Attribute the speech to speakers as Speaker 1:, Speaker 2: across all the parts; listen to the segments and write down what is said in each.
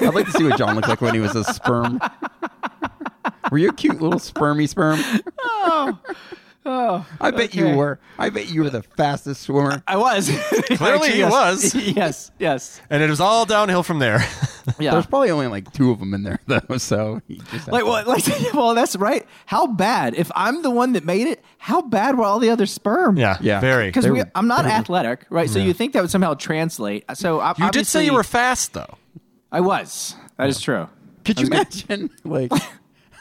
Speaker 1: I'd like to see what John looked like when he was a sperm. Were you a cute little spermy sperm?
Speaker 2: Oh, oh.
Speaker 1: I bet
Speaker 2: okay.
Speaker 1: you were. I bet you were the fastest swimmer.
Speaker 2: I was.
Speaker 3: Clearly he
Speaker 2: yes.
Speaker 3: was.
Speaker 2: Yes, yes.
Speaker 3: and it was all downhill from there.
Speaker 2: Yeah.
Speaker 1: There's probably only like two of them in there though, so you just have
Speaker 2: like,
Speaker 1: to-
Speaker 2: well, like, well, that's right. How bad? If I'm the one that made it, how bad were all the other sperm?
Speaker 3: yeah,
Speaker 1: Yeah.
Speaker 3: very.
Speaker 2: Because
Speaker 1: They
Speaker 2: we-
Speaker 1: were-
Speaker 2: I'm not athletic, right? So you think that would somehow translate. So I,
Speaker 3: You did say you were fast though.
Speaker 2: I was. That is true.
Speaker 1: Could you imagine like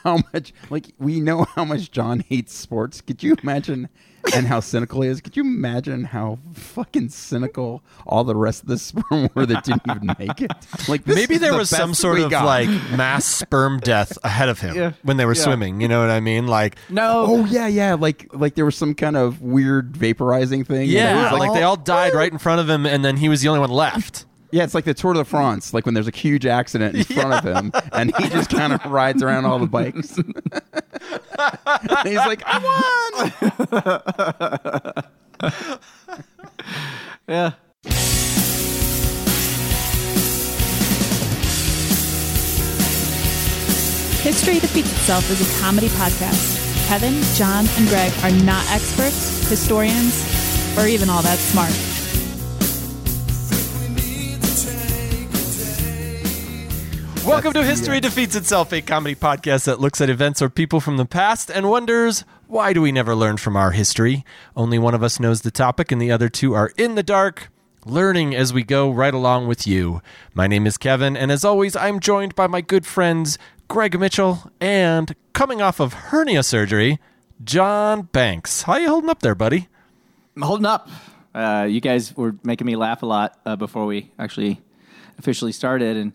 Speaker 1: how much like we know how much John hates sports. Could you imagine and how cynical he is? Could you imagine how fucking cynical all the rest of the sperm were that didn't even make it? Like this
Speaker 3: Maybe
Speaker 1: is
Speaker 3: there
Speaker 1: the
Speaker 3: was some
Speaker 1: best
Speaker 3: sort
Speaker 1: we
Speaker 3: of
Speaker 1: got.
Speaker 3: like mass sperm death ahead of him
Speaker 2: Yeah.
Speaker 3: when they were
Speaker 2: Yeah.
Speaker 3: swimming. You know what I mean? Like,
Speaker 2: No.
Speaker 1: Oh yeah, yeah. Like like there was some kind of weird vaporizing thing. and it
Speaker 3: yeah,
Speaker 1: was
Speaker 3: like
Speaker 1: like
Speaker 3: they all died right in front of him, and then he was the only one left.
Speaker 1: yeah, it's like the Tour de France, like when there's a huge accident in front of him and he just kind of rides around all the bikes. and he's like, I won.
Speaker 2: Yeah.
Speaker 4: History That Feeds Itself is a comedy podcast. Kevin, John, and Greg are not experts, historians, or even all that smart.
Speaker 3: Welcome to History Defeats Itself, a comedy podcast that looks at events or people from the past and wonders why do we never learn from our history? Only one of us knows the topic, and the other two are in the dark, learning as we go right along with you. My name is Kevin, and as always, I'm joined by my good friends Greg Mitchell and coming off of hernia surgery, John Banks. How you holding up there, buddy?
Speaker 2: I'm holding up. Uh, you guys were making me laugh a lot uh, before we actually officially started, and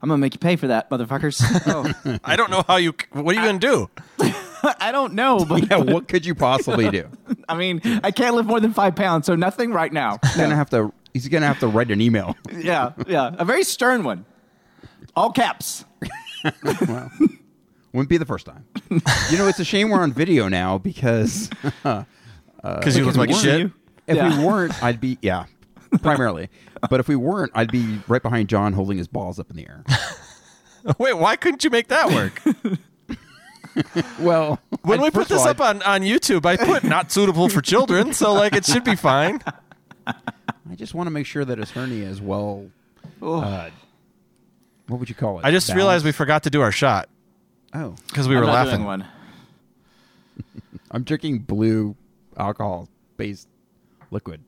Speaker 2: I'm gonna make you pay for that, motherfuckers. oh,
Speaker 3: I don't know how you. What are you going to do?
Speaker 2: I don't know, but
Speaker 1: Yeah, what could you possibly do?
Speaker 2: I mean, I can't live more than five pounds, so nothing right now.
Speaker 1: He's gonna have to. He's gonna have to write an email.
Speaker 2: yeah, yeah, a very stern one, all caps.
Speaker 1: Wouldn't be the first time. You know, it's a shame we're on video now because
Speaker 3: Because Uh, you look like
Speaker 1: warn
Speaker 3: shit.
Speaker 2: you.
Speaker 1: if
Speaker 2: Yeah.
Speaker 1: we weren't, I'd be yeah, primarily. But if we weren't, I'd be right behind John holding his balls up in the air.
Speaker 3: Wait, why couldn't you make that work?
Speaker 1: Well,
Speaker 3: when
Speaker 1: I'd-
Speaker 3: we put
Speaker 1: first of
Speaker 3: this
Speaker 1: all,
Speaker 3: up on, on YouTube, I put not suitable for children, so like it should be fine.
Speaker 1: I, I just want to make sure that his hernia is well. Uh, what would you call it?
Speaker 3: I just realized we forgot to do our shot
Speaker 1: Oh,
Speaker 3: because we
Speaker 2: I'm
Speaker 3: were
Speaker 2: not
Speaker 3: laughing.
Speaker 2: doing one.
Speaker 1: I'm drinking blue alcohol-based liquid.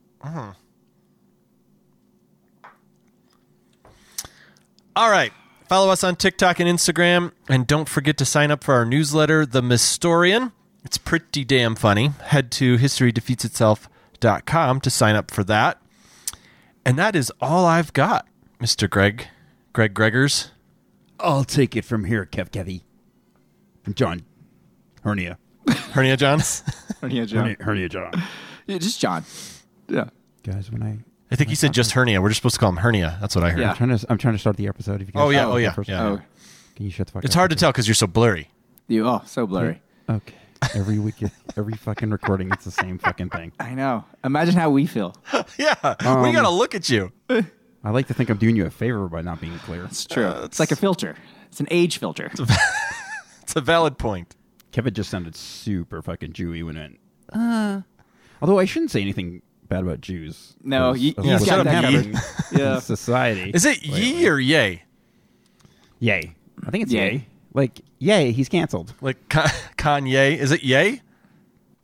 Speaker 3: All right. Follow us on TikTok and Instagram, and don't forget to sign up for our newsletter, The Mystorian. It's pretty damn funny. Head to historydefeatsitself.com to sign up for that. And that is all I've got, Mr. Greg, Greg Gregors.
Speaker 1: I'll take it from here, Kev Kevy. John, hernia,
Speaker 3: Hernia Johns.
Speaker 2: Yeah, John.
Speaker 1: hernia, hernia John.
Speaker 2: Yeah, just John. Yeah,
Speaker 1: Guys, when I
Speaker 3: I think he said just hernia. We're just supposed to call him hernia. That's what I heard.
Speaker 2: Yeah.
Speaker 1: I'm trying to I'm trying to start the episode. If you guys
Speaker 3: Oh, yeah.
Speaker 1: Okay,
Speaker 3: Oh, yeah.
Speaker 1: first-
Speaker 3: yeah.
Speaker 2: Oh.
Speaker 1: Can you shut the fuck?
Speaker 3: It's
Speaker 1: up?
Speaker 3: hard to tell because you're so blurry.
Speaker 2: you. Oh, so blurry.
Speaker 1: Okay. Every week, every fucking recording, it's the same fucking thing.
Speaker 2: I know. Imagine how we feel.
Speaker 3: Yeah, we
Speaker 1: Um,
Speaker 3: gotta look at you.
Speaker 1: I like to think I'm doing you a favor by not being clear.
Speaker 2: It's true. it's like a filter. It's an age filter.
Speaker 3: It's a valid point.
Speaker 1: Kevin just sounded super fucking Jewy when it. went, Uh, although I shouldn't say anything bad about Jews.
Speaker 2: No,
Speaker 1: 'cause
Speaker 2: you-
Speaker 1: of
Speaker 2: you
Speaker 1: what's
Speaker 3: got that
Speaker 1: happening
Speaker 2: covered.
Speaker 1: in
Speaker 2: yeah.
Speaker 1: society.
Speaker 3: Is it ye or yay?
Speaker 1: Yay! I think it's
Speaker 2: Yay.
Speaker 1: yay. Like yay, he's canceled.
Speaker 3: Like Ka- Kanye? Is it yay?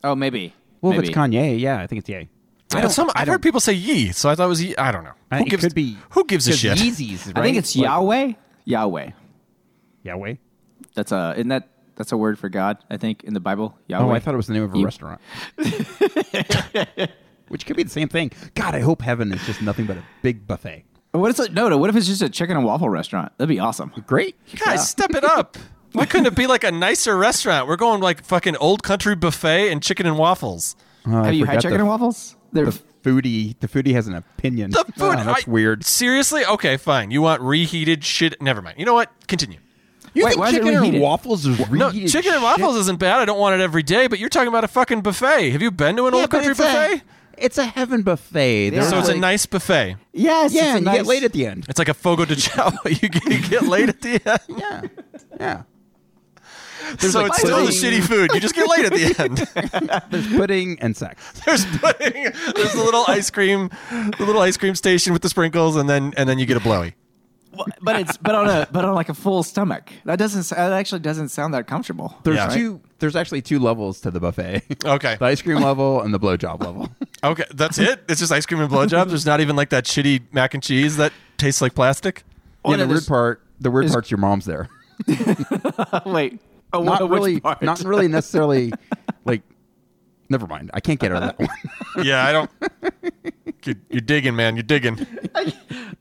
Speaker 2: Oh, maybe.
Speaker 1: Well,
Speaker 2: maybe.
Speaker 1: if it's Kanye, yeah, I think it's yay.
Speaker 3: I
Speaker 1: don't-
Speaker 3: Some,
Speaker 1: I
Speaker 3: I've heard
Speaker 1: don't-
Speaker 3: people say ye, so I thought it was. Ye. I don't know.
Speaker 1: I-
Speaker 3: who
Speaker 1: Uh, it
Speaker 3: gives,
Speaker 1: could be
Speaker 3: Who gives a
Speaker 1: 'cause
Speaker 3: shit?
Speaker 1: Yeezys, right?
Speaker 2: I think it's
Speaker 1: Like-
Speaker 2: Yahweh. Yahweh.
Speaker 1: Yahweh.
Speaker 2: That's a isn't that that's a word for God? I think in the Bible. Yahweh.
Speaker 1: Oh, I thought it was the name of a
Speaker 2: Ye-
Speaker 1: restaurant. Which could be the same thing. God, I hope heaven is just nothing but a big buffet.
Speaker 2: What is it? No, no. What if it's just a chicken and waffle restaurant? That'd be awesome.
Speaker 1: Great.
Speaker 3: Guys, step it up. Why couldn't it be like a nicer restaurant? We're going like fucking old country buffet and chicken and waffles.
Speaker 2: Have you had
Speaker 1: Uh, forgot
Speaker 2: chicken
Speaker 1: the-
Speaker 2: and waffles? They're
Speaker 1: The foodie, the foodie has an opinion.
Speaker 3: The food.
Speaker 1: Oh, that's
Speaker 3: I-
Speaker 1: weird.
Speaker 3: Seriously? Okay, fine. You want reheated shit? Never mind. You know what? Continue.
Speaker 1: You
Speaker 2: Wait, why
Speaker 1: think
Speaker 2: is it
Speaker 1: chicken and
Speaker 2: reheated?
Speaker 1: waffles is
Speaker 3: No,
Speaker 1: reheated
Speaker 3: chicken and
Speaker 1: shit?
Speaker 3: waffles isn't bad. I don't want it every day, but you're talking about a fucking buffet. Have you been to an
Speaker 1: Yeah,
Speaker 3: old
Speaker 1: but
Speaker 3: country
Speaker 1: it's a-
Speaker 3: buffet?
Speaker 1: It's a heaven buffet.
Speaker 2: Yeah.
Speaker 1: There's
Speaker 3: So it's a
Speaker 1: like-
Speaker 3: nice buffet.
Speaker 2: Yes.
Speaker 1: yeah,
Speaker 2: it's a
Speaker 1: and you
Speaker 2: nice-
Speaker 1: get late at the end.
Speaker 3: It's like a fogo de chao. you, get, you get late at the end.
Speaker 1: Yeah, yeah.
Speaker 3: so
Speaker 1: like
Speaker 3: it's still the
Speaker 1: pudding.
Speaker 3: shitty food. You just get late at the end.
Speaker 1: There's pudding and sex.
Speaker 3: there's pudding. There's the little ice cream, the little ice cream station with the sprinkles, and then and then you get a blowy.
Speaker 2: Well, but it's but on a but on like a full stomach. That doesn't s- that actually doesn't sound that comfortable.
Speaker 1: There's
Speaker 3: Yeah.
Speaker 1: two. There's actually two levels to the buffet.
Speaker 3: Okay.
Speaker 1: the ice cream level and the blowjob level.
Speaker 3: Okay, that's it. It's just ice cream and blowjobs. There's not even like that shitty mac and cheese that tastes like plastic.
Speaker 2: Well,
Speaker 1: yeah, the
Speaker 2: no,
Speaker 1: weird
Speaker 2: there's-
Speaker 1: part. The weird part's your mom's there.
Speaker 2: Wait. Oh, wh-
Speaker 1: Not
Speaker 2: which
Speaker 1: really.
Speaker 2: part?
Speaker 1: Not really necessarily. like, never mind. I can't get out of that one.
Speaker 3: Yeah, I don't. You're, you're digging, man. You're digging.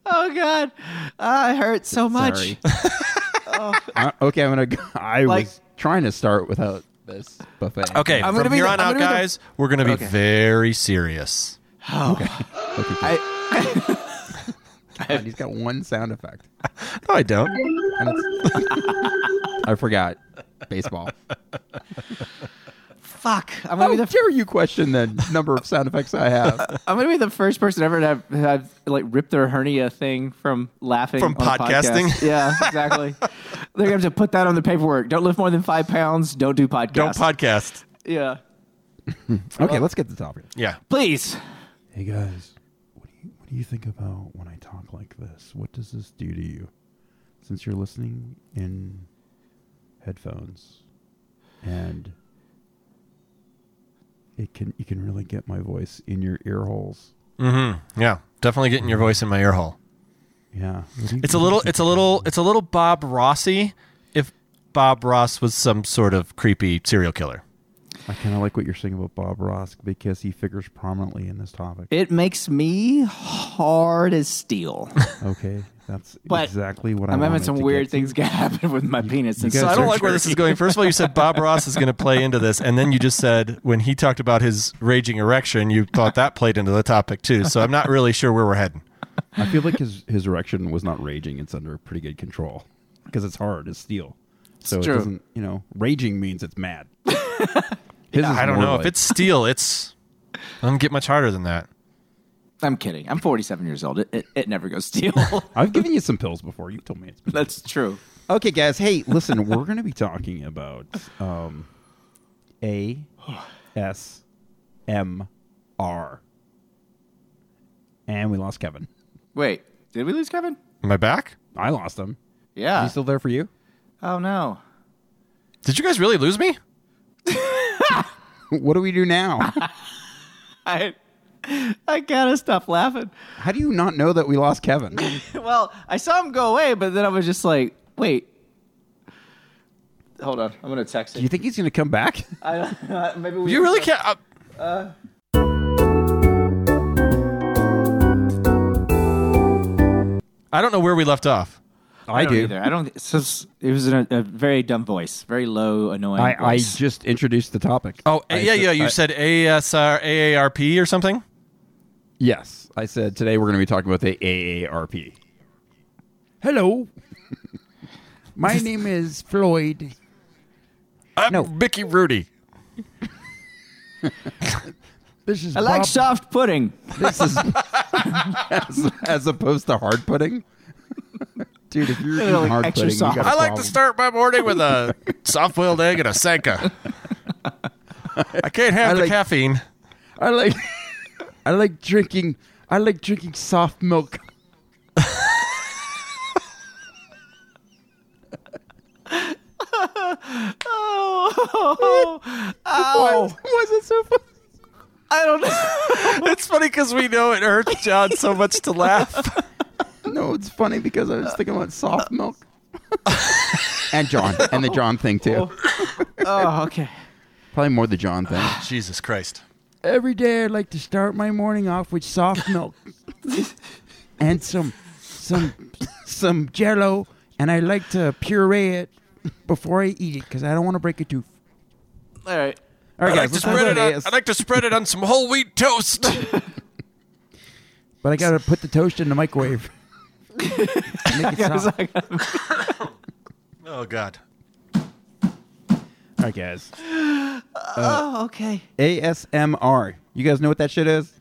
Speaker 2: Oh God, Ah, it hurts so much.
Speaker 1: Sorry. I- okay, I'm gonna. Go. I
Speaker 2: Like-
Speaker 1: was trying to start without this buffet.
Speaker 3: Okay,
Speaker 2: I'm gonna
Speaker 3: from
Speaker 2: be
Speaker 3: here
Speaker 2: the-
Speaker 3: on
Speaker 2: I'm gonna
Speaker 3: out,
Speaker 2: be the-
Speaker 3: guys, we're gonna be
Speaker 2: Okay.
Speaker 3: very serious.
Speaker 2: I,
Speaker 1: God, he's got one sound effect.
Speaker 3: No, I don't.
Speaker 1: And it's- I forgot baseball.
Speaker 2: fuck, I'm gonna
Speaker 1: How
Speaker 2: be the
Speaker 1: dare you question the number of sound effects I have?
Speaker 2: I'm gonna be the first person ever to have, have like rip their hernia thing from laughing
Speaker 3: From
Speaker 2: on a podcast.
Speaker 3: podcasting?
Speaker 2: Yeah, exactly. They're gonna have to put that on the paperwork. Don't lift more than five pounds. Don't do podcast.
Speaker 3: Don't podcast.
Speaker 2: Yeah,
Speaker 1: Okay, let's get to the topic.
Speaker 3: Yeah.
Speaker 2: please.
Speaker 1: Hey guys, what do you what do you think about when I talk like this? What does this do to you? Since you're listening in headphones and it can you can really get my voice in your ear holes.
Speaker 3: Mm-hmm. Yeah. Definitely getting your voice in my ear hole.
Speaker 1: Yeah.
Speaker 3: It's a little. It's a little. It's a little Bob Rossi. If Bob Ross was some sort of creepy serial killer.
Speaker 1: I kinda like what you're saying about Bob Ross because he figures prominently in this topic.
Speaker 2: It makes me hard as steel.
Speaker 1: Okay. That's
Speaker 2: But
Speaker 1: exactly what I
Speaker 2: I'm having
Speaker 1: wanted
Speaker 2: some
Speaker 1: to
Speaker 2: weird
Speaker 1: get
Speaker 2: things gonna happen with my penis. And
Speaker 1: guys
Speaker 2: so
Speaker 3: So I don't like where
Speaker 2: surgery.
Speaker 3: this is going. First of all, you said Bob Ross is going to play into this, and then you just said when he talked about his raging erection, you thought that played into the topic too. So I'm not really sure where we're heading.
Speaker 1: I feel like his his erection was not raging. It's under pretty good control because it's hard. It's steel, so
Speaker 2: true.
Speaker 1: it doesn't. You know, raging means it's mad. His is
Speaker 3: I don't
Speaker 1: more
Speaker 3: know if
Speaker 1: like-
Speaker 3: it's steel. It's doesn't get much harder than that.
Speaker 2: I'm kidding. I'm 47 years old. It, it, it never goes steel.
Speaker 1: I've given you some pills before. You told me it's. Been.
Speaker 2: That's true.
Speaker 1: Okay, guys. Hey, listen. we're going to be talking about um, A S M R, and we lost Kevin.
Speaker 2: Wait, did we lose Kevin?
Speaker 3: Am I back?
Speaker 1: I lost him.
Speaker 2: Yeah.
Speaker 1: Is he still there for you?
Speaker 2: oh no.
Speaker 3: Did you guys really lose me?
Speaker 1: What do we do now?
Speaker 2: I I gotta stop laughing.
Speaker 1: How do you not know that we lost Kevin?
Speaker 2: Well, I saw him go away, but then I was just like, wait. Hold on, I'm gonna text
Speaker 1: Do you
Speaker 2: him.
Speaker 1: think he's going to come back?
Speaker 2: I, uh, maybe we
Speaker 3: You really can't. Uh, I don't know where we left off.
Speaker 2: I, don't either. I don't. It's just, it was in a, a very dumb voice, very low, annoying.
Speaker 1: I, I
Speaker 2: voice.
Speaker 1: just introduced the topic.
Speaker 3: Oh,
Speaker 1: I
Speaker 3: yeah,
Speaker 1: said-
Speaker 3: yeah. You
Speaker 1: I-
Speaker 3: said ASR, AARP or something.
Speaker 1: yes. I said today we're going to be talking about the AARP. Hello, my name is Floyd.
Speaker 3: I'm
Speaker 1: No.
Speaker 3: Mickey Rudy.
Speaker 1: This is
Speaker 2: I like soft pudding.
Speaker 1: This is as, as opposed to hard pudding. Dude, if you're eating
Speaker 2: Like
Speaker 1: hard
Speaker 2: extra
Speaker 1: pudding, you
Speaker 2: soft.
Speaker 1: got a
Speaker 3: I like to
Speaker 1: problem.
Speaker 3: start my morning with a soft-boiled egg and a Senka. I can't have
Speaker 1: I
Speaker 3: the
Speaker 1: like-
Speaker 3: caffeine.
Speaker 1: I like. I like drinking. I like drinking soft milk.
Speaker 2: Oh,
Speaker 1: Why,
Speaker 2: ow!
Speaker 1: why is it so funny?
Speaker 2: I don't know.
Speaker 3: It's funny because we know it hurts John so much to laugh.
Speaker 1: No, it's funny because I was thinking about soft milk. and John, and the John thing too.
Speaker 2: Oh, okay.
Speaker 1: Probably more the John thing.
Speaker 3: Jesus Christ.
Speaker 1: Every day I like to start my morning off with soft milk and some some some jello and I like to puree it before I eat it cuz I don't want to break a tooth.
Speaker 2: All right.
Speaker 1: All right
Speaker 3: I
Speaker 1: guys,
Speaker 3: like, to
Speaker 1: let's
Speaker 3: spread
Speaker 1: talk
Speaker 3: it
Speaker 1: about
Speaker 3: on,
Speaker 1: AS.
Speaker 3: I like to spread it on some whole wheat toast.
Speaker 1: but I got to put the toast in the microwave. Make it soft.
Speaker 3: uh, oh God.
Speaker 1: All right guys.
Speaker 2: oh, okay.
Speaker 1: ASMR. You guys know what that shit is?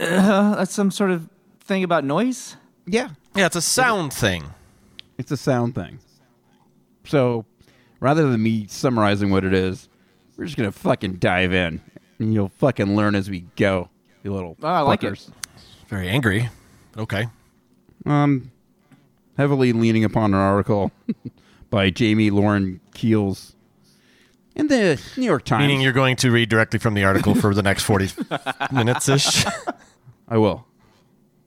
Speaker 2: Uh, that's some sort of thing about noise.
Speaker 1: Yeah,
Speaker 5: Yeah, it's a sound thing.
Speaker 1: it's a sound thing. So rather than me summarizing what it is, we're just gonna fucking dive in, and you'll fucking learn as we go. You little
Speaker 2: Oh, I like it.
Speaker 1: fuckers.
Speaker 5: Very angry. Okay.
Speaker 1: Um, heavily leaning upon an article by Jamie Lauren Keels in the New York Times.
Speaker 5: Meaning you're going to read directly from the article for the next 40 minutes ish.
Speaker 1: I will.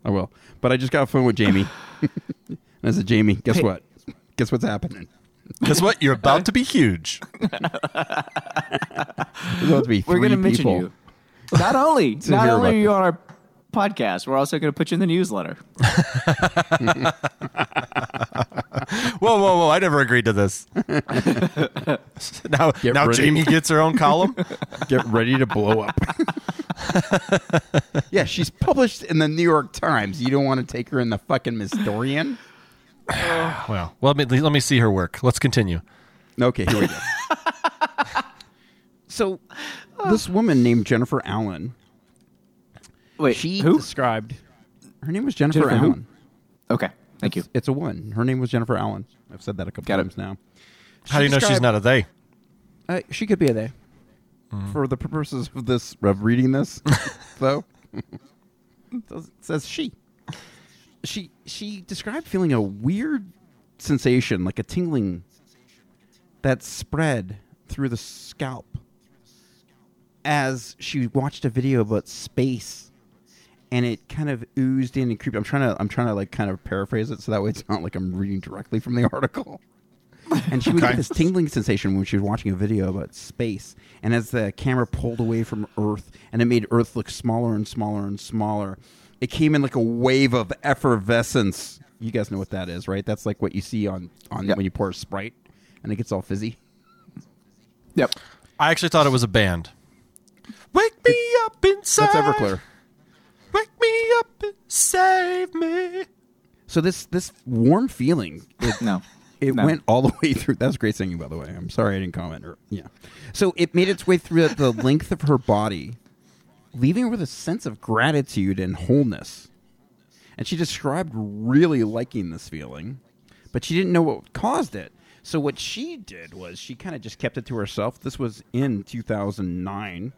Speaker 1: I will. But I just got off the phone with Jamie. and I said, Jamie, guess what? Guess what's happening?
Speaker 5: Because what? You're about to be huge.
Speaker 1: There's about to be
Speaker 2: We're going to
Speaker 1: three
Speaker 2: mention
Speaker 1: people.
Speaker 2: you. Not only,
Speaker 1: To
Speaker 2: not
Speaker 1: hear
Speaker 2: only
Speaker 1: about
Speaker 2: are you on our podcast, we're also going to put you in the newsletter.
Speaker 5: Whoa, whoa, whoa. I never agreed to this. now
Speaker 1: Get
Speaker 5: now
Speaker 1: ready.
Speaker 5: Jamie gets her own column.
Speaker 1: Get ready to blow up. yeah, she's published in the New York Times. You don't want to take her in the fucking Mistorian?
Speaker 5: well, let me, let me see her work. Let's continue.
Speaker 1: Okay, here we go. so, this woman named Jennifer Allen
Speaker 2: Wait,
Speaker 1: she
Speaker 2: who?
Speaker 1: described her name was Jennifer,
Speaker 2: Jennifer who?
Speaker 1: Allen.
Speaker 2: Okay, thank you.
Speaker 1: It's a one. Her name was Jennifer Allen. I've said that a couple
Speaker 2: Got it.
Speaker 1: times now.
Speaker 5: How do you know she's
Speaker 1: described-
Speaker 5: not a they?
Speaker 1: Uh, she could be a they. For the purposes of this of reading this, though, it does- it says she. She she described feeling a weird sensation, like a tingling, that spread through the scalp as she watched a video about space, and it kind of oozed in and creeped. I'm trying to I'm trying to like kind of paraphrase it so that way it's not like I'm reading directly from the article and she would
Speaker 5: Okay.
Speaker 1: get this tingling sensation when she was watching a video about space. And as the camera pulled away from Earth, and it made Earth look smaller and smaller and smaller, it came in like a wave of effervescence. You guys know what that is, right? That's like what you see on, on
Speaker 2: Yep.
Speaker 1: when you pour a sprite, and it gets all fizzy.
Speaker 2: Yep.
Speaker 5: I actually thought it was a band. Wake me up inside.
Speaker 1: That's Everclear.
Speaker 5: Wake me up and save me.
Speaker 1: So this this warm feeling
Speaker 2: No.
Speaker 1: It
Speaker 2: No.
Speaker 1: went all the way through. That's great singing, by the way. I'm sorry I didn't comment. Or, yeah. So it made its way through the length of her body, leaving her with a sense of gratitude and wholeness. And she described really liking this feeling, but she didn't know what caused it. So what she did was she kind of just kept it to herself. This was in 2009,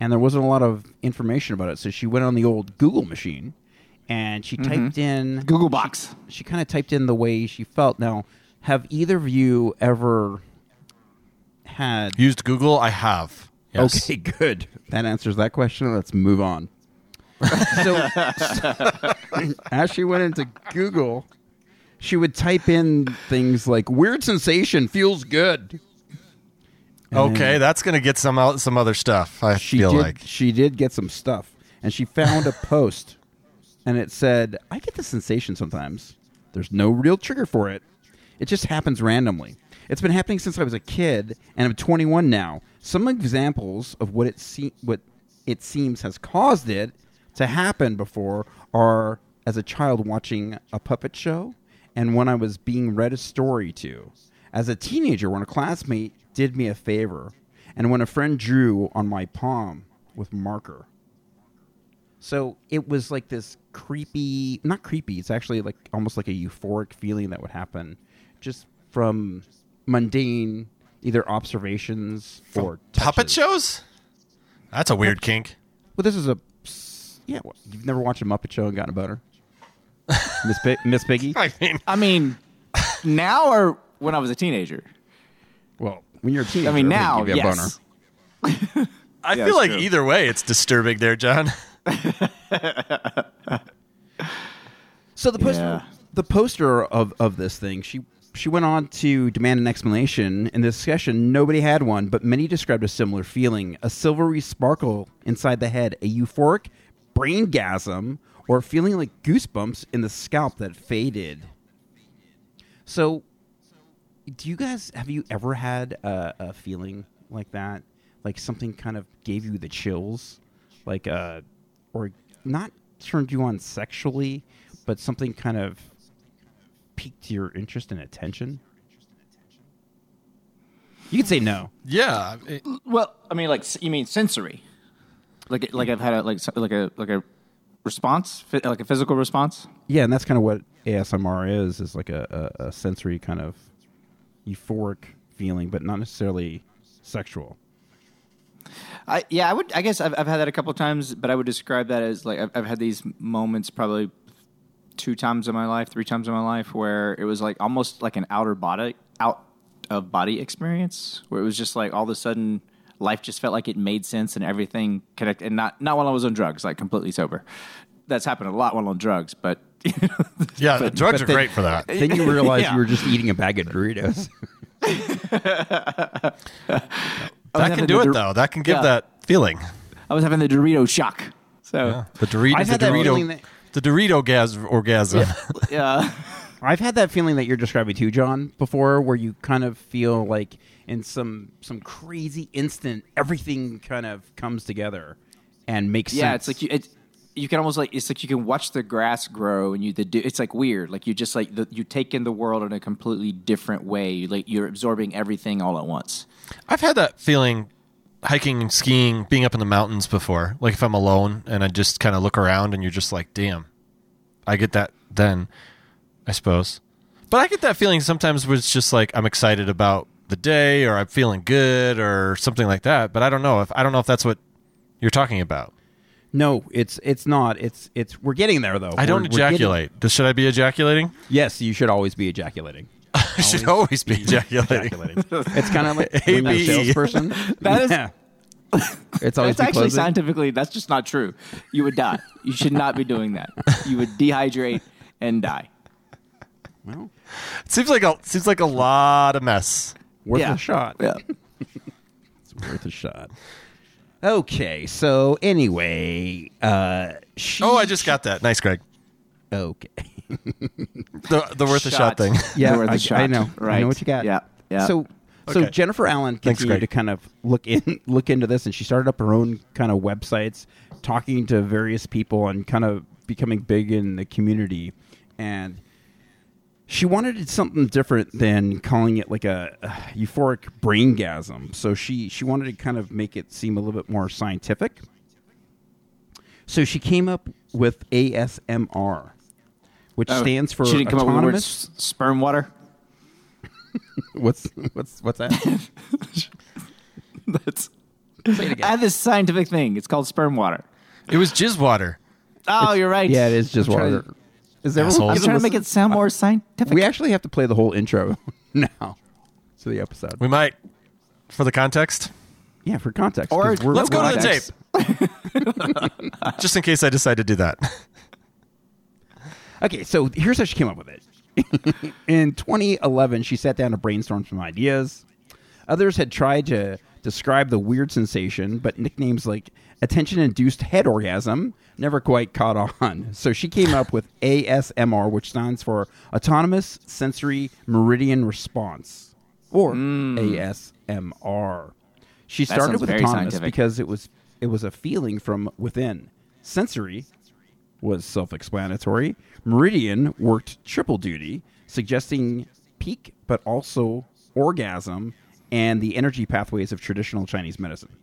Speaker 1: and there wasn't a lot of information about it. So she went on the old Google machine and she typed in
Speaker 2: Mm-hmm. Google Box.
Speaker 1: she kind of typed in the way she felt. Now, have either of you ever had?
Speaker 5: Used Google? I have. Yes.
Speaker 1: Okay, good. That answers that question. Let's move on. so, as she went into Google, she would type in things like "weird sensation feels good." And
Speaker 5: Okay, that's gonna get some out, some other stuff. I
Speaker 1: she
Speaker 5: feel
Speaker 1: did,
Speaker 5: like
Speaker 1: she did get some stuff, and she found a post, and it said, "I get this sensation sometimes. There's no real trigger for it. It just happens randomly. It's been happening since I was a kid, and I'm 21 now. Some examples of what it se- what it seems has caused it to happen before are as a child watching a puppet show, and when I was being read a story to. As a teenager, when a classmate did me a favor, and when a friend drew on my palm with marker. So it was like this creepy, not creepy, it's actually like almost like a euphoric feeling that would happen just from mundane either observations or
Speaker 5: puppet
Speaker 1: touches.
Speaker 5: shows. That's a weird kink.
Speaker 1: Well, this is a yeah, well, you've never watched a Muppet show and gotten a boner. Miss Pig Miss Piggy?
Speaker 5: I mean,
Speaker 2: I mean, now or when I was a teenager.
Speaker 1: Well, when you're a teenager,
Speaker 2: I mean,
Speaker 1: think
Speaker 2: now,
Speaker 1: you'd be a boner.
Speaker 2: yes.
Speaker 5: I
Speaker 2: Yeah,
Speaker 5: feel
Speaker 2: it's
Speaker 5: like
Speaker 2: true.
Speaker 5: either way, it's disturbing. There, John.
Speaker 1: So the poster,
Speaker 2: Yeah.
Speaker 1: the poster of, of this thing, she she went on to demand an explanation. In the discussion, nobody had one, but many described a similar feeling: a silvery sparkle inside the head, a euphoric brain gasm, or feeling like goosebumps in the scalp that faded. So, do you guys have you ever had a, a feeling like that? Like something kind of gave you the chills, like uh, or not turned you on sexually, but something kind of piqued your interest and attention. You could say no.
Speaker 5: yeah, it-
Speaker 2: Well, I mean, like, you mean sensory. Like like I've had a like so- like a like a response, fi- like a physical response.
Speaker 1: Yeah, and that's kind of what ASMR is, is like a, a, a sensory kind of euphoric feeling, but not necessarily sexual.
Speaker 2: I yeah, I would. I guess I've, I've had that a couple of times, but I would describe that as like I've, I've had these moments probably two times in my life, three times in my life, where it was like almost like an outer body out of body experience, where it was just like all of a sudden life just felt like it made sense and everything connected, and not not while I was on drugs, like completely sober. That's happened a lot while on drugs, but
Speaker 3: Yeah, the
Speaker 1: but
Speaker 3: drugs are
Speaker 1: they-
Speaker 3: great for that.
Speaker 1: Then you realize
Speaker 2: Yeah.
Speaker 1: you were just eating a bag of Doritos.
Speaker 3: That
Speaker 2: having
Speaker 3: can do
Speaker 2: the
Speaker 3: it
Speaker 2: Dor-
Speaker 3: though. That can give
Speaker 2: Yeah.
Speaker 3: that feeling.
Speaker 2: I was having the Dorito shock. So
Speaker 3: The Dorito,
Speaker 1: I've
Speaker 3: the
Speaker 1: had that feeling
Speaker 3: Dorito,
Speaker 1: that-
Speaker 3: the Dorito gas orgasm.
Speaker 2: yeah.
Speaker 1: I've had that feeling that you're describing too, John, before, where you kind of feel like in some some crazy instant, everything kind of comes together and makes sense.
Speaker 2: Yeah, it's like you. It, you can almost like it's like you can watch the grass grow and you the do it's like weird like you just like the, you take in the world in a completely different way you like you're absorbing everything all at once
Speaker 3: I've had that feeling hiking and skiing, being up in the mountains before. Like if I'm alone and I just kind of look around and you're just like, damn, I get that then, I suppose. But I get that feeling sometimes where it's just like I'm excited about the day or I'm feeling good or something like that. But I don't know if I don't know if that's what you're talking about.
Speaker 1: no, it's it's not. It's it's we're getting there though.
Speaker 3: I don't
Speaker 1: We're- we're getting-
Speaker 3: ejaculate. Should I be ejaculating?
Speaker 1: yes, you should always be ejaculating.
Speaker 3: I should always be ejaculating.
Speaker 1: It's kind of like being a
Speaker 3: ABE.
Speaker 1: salesperson.
Speaker 2: That is-
Speaker 1: It's always
Speaker 2: that's
Speaker 1: be
Speaker 2: actually
Speaker 1: closing.
Speaker 2: scientifically that's just not true you would die you should not be doing that you would dehydrate and die
Speaker 1: Well,
Speaker 3: seems like a seems like a lot of mess.
Speaker 1: worth
Speaker 2: Yeah.
Speaker 1: a shot.
Speaker 2: yeah
Speaker 1: It's worth a shot. Okay, so anyway, uh, she,
Speaker 3: Oh, I just got that. Nice, Greg.
Speaker 1: okay.
Speaker 3: The the worth a shot thing.
Speaker 1: Yeah,
Speaker 2: worth a
Speaker 1: I,
Speaker 2: shot.
Speaker 1: I know. I
Speaker 2: Right.
Speaker 1: know what you got.
Speaker 2: Yeah, yeah.
Speaker 1: So, so
Speaker 3: Okay.
Speaker 1: Jennifer Allen
Speaker 3: Thanks,
Speaker 1: continued
Speaker 3: Greg.
Speaker 1: to kind of look in, look into this, and she started up her own kind of websites, talking to various people, and kind of becoming big in the community. And she wanted it something different than calling it like a, uh euphoric braingasm. So she she wanted to kind of make it seem a little bit more scientific. So she came up with ASMR, which stands for
Speaker 2: Oh, she didn't Uh, come up with the word
Speaker 1: autonomous.
Speaker 2: s- sperm water
Speaker 1: What's what's what's that?
Speaker 2: that's I had this scientific thing it's called sperm water
Speaker 3: It was jizz water.
Speaker 2: oh you're right
Speaker 1: yeah, it is just
Speaker 2: I'm trying
Speaker 1: water.
Speaker 2: to-
Speaker 1: Is
Speaker 3: Assholes.
Speaker 2: I'm
Speaker 3: Doesn't
Speaker 2: trying to make it sound more scientific
Speaker 1: We actually have to play the whole intro now to the episode.
Speaker 3: We might for the context.
Speaker 1: Yeah, for context.
Speaker 2: Or-
Speaker 1: 'cause we're-
Speaker 3: Let's go to the
Speaker 2: Context.
Speaker 3: tape. Just in case I decide to do that.
Speaker 1: Okay, so here's how she came up with it. In 2011, she sat down to brainstorm some ideas. Others had tried to describe the weird sensation, but nicknames like attention induced head orgasm never quite caught on. So she came up with ASMR, which stands for Autonomous Sensory Meridian Response, or ASMR. She started
Speaker 2: Hmm. sounds
Speaker 1: with
Speaker 2: very
Speaker 1: autonomous
Speaker 2: scientific.
Speaker 1: because it was it was a feeling from within. Sensory was self explanatory. Meridian worked triple duty, suggesting peak but also orgasm and the energy pathways of traditional Chinese medicine.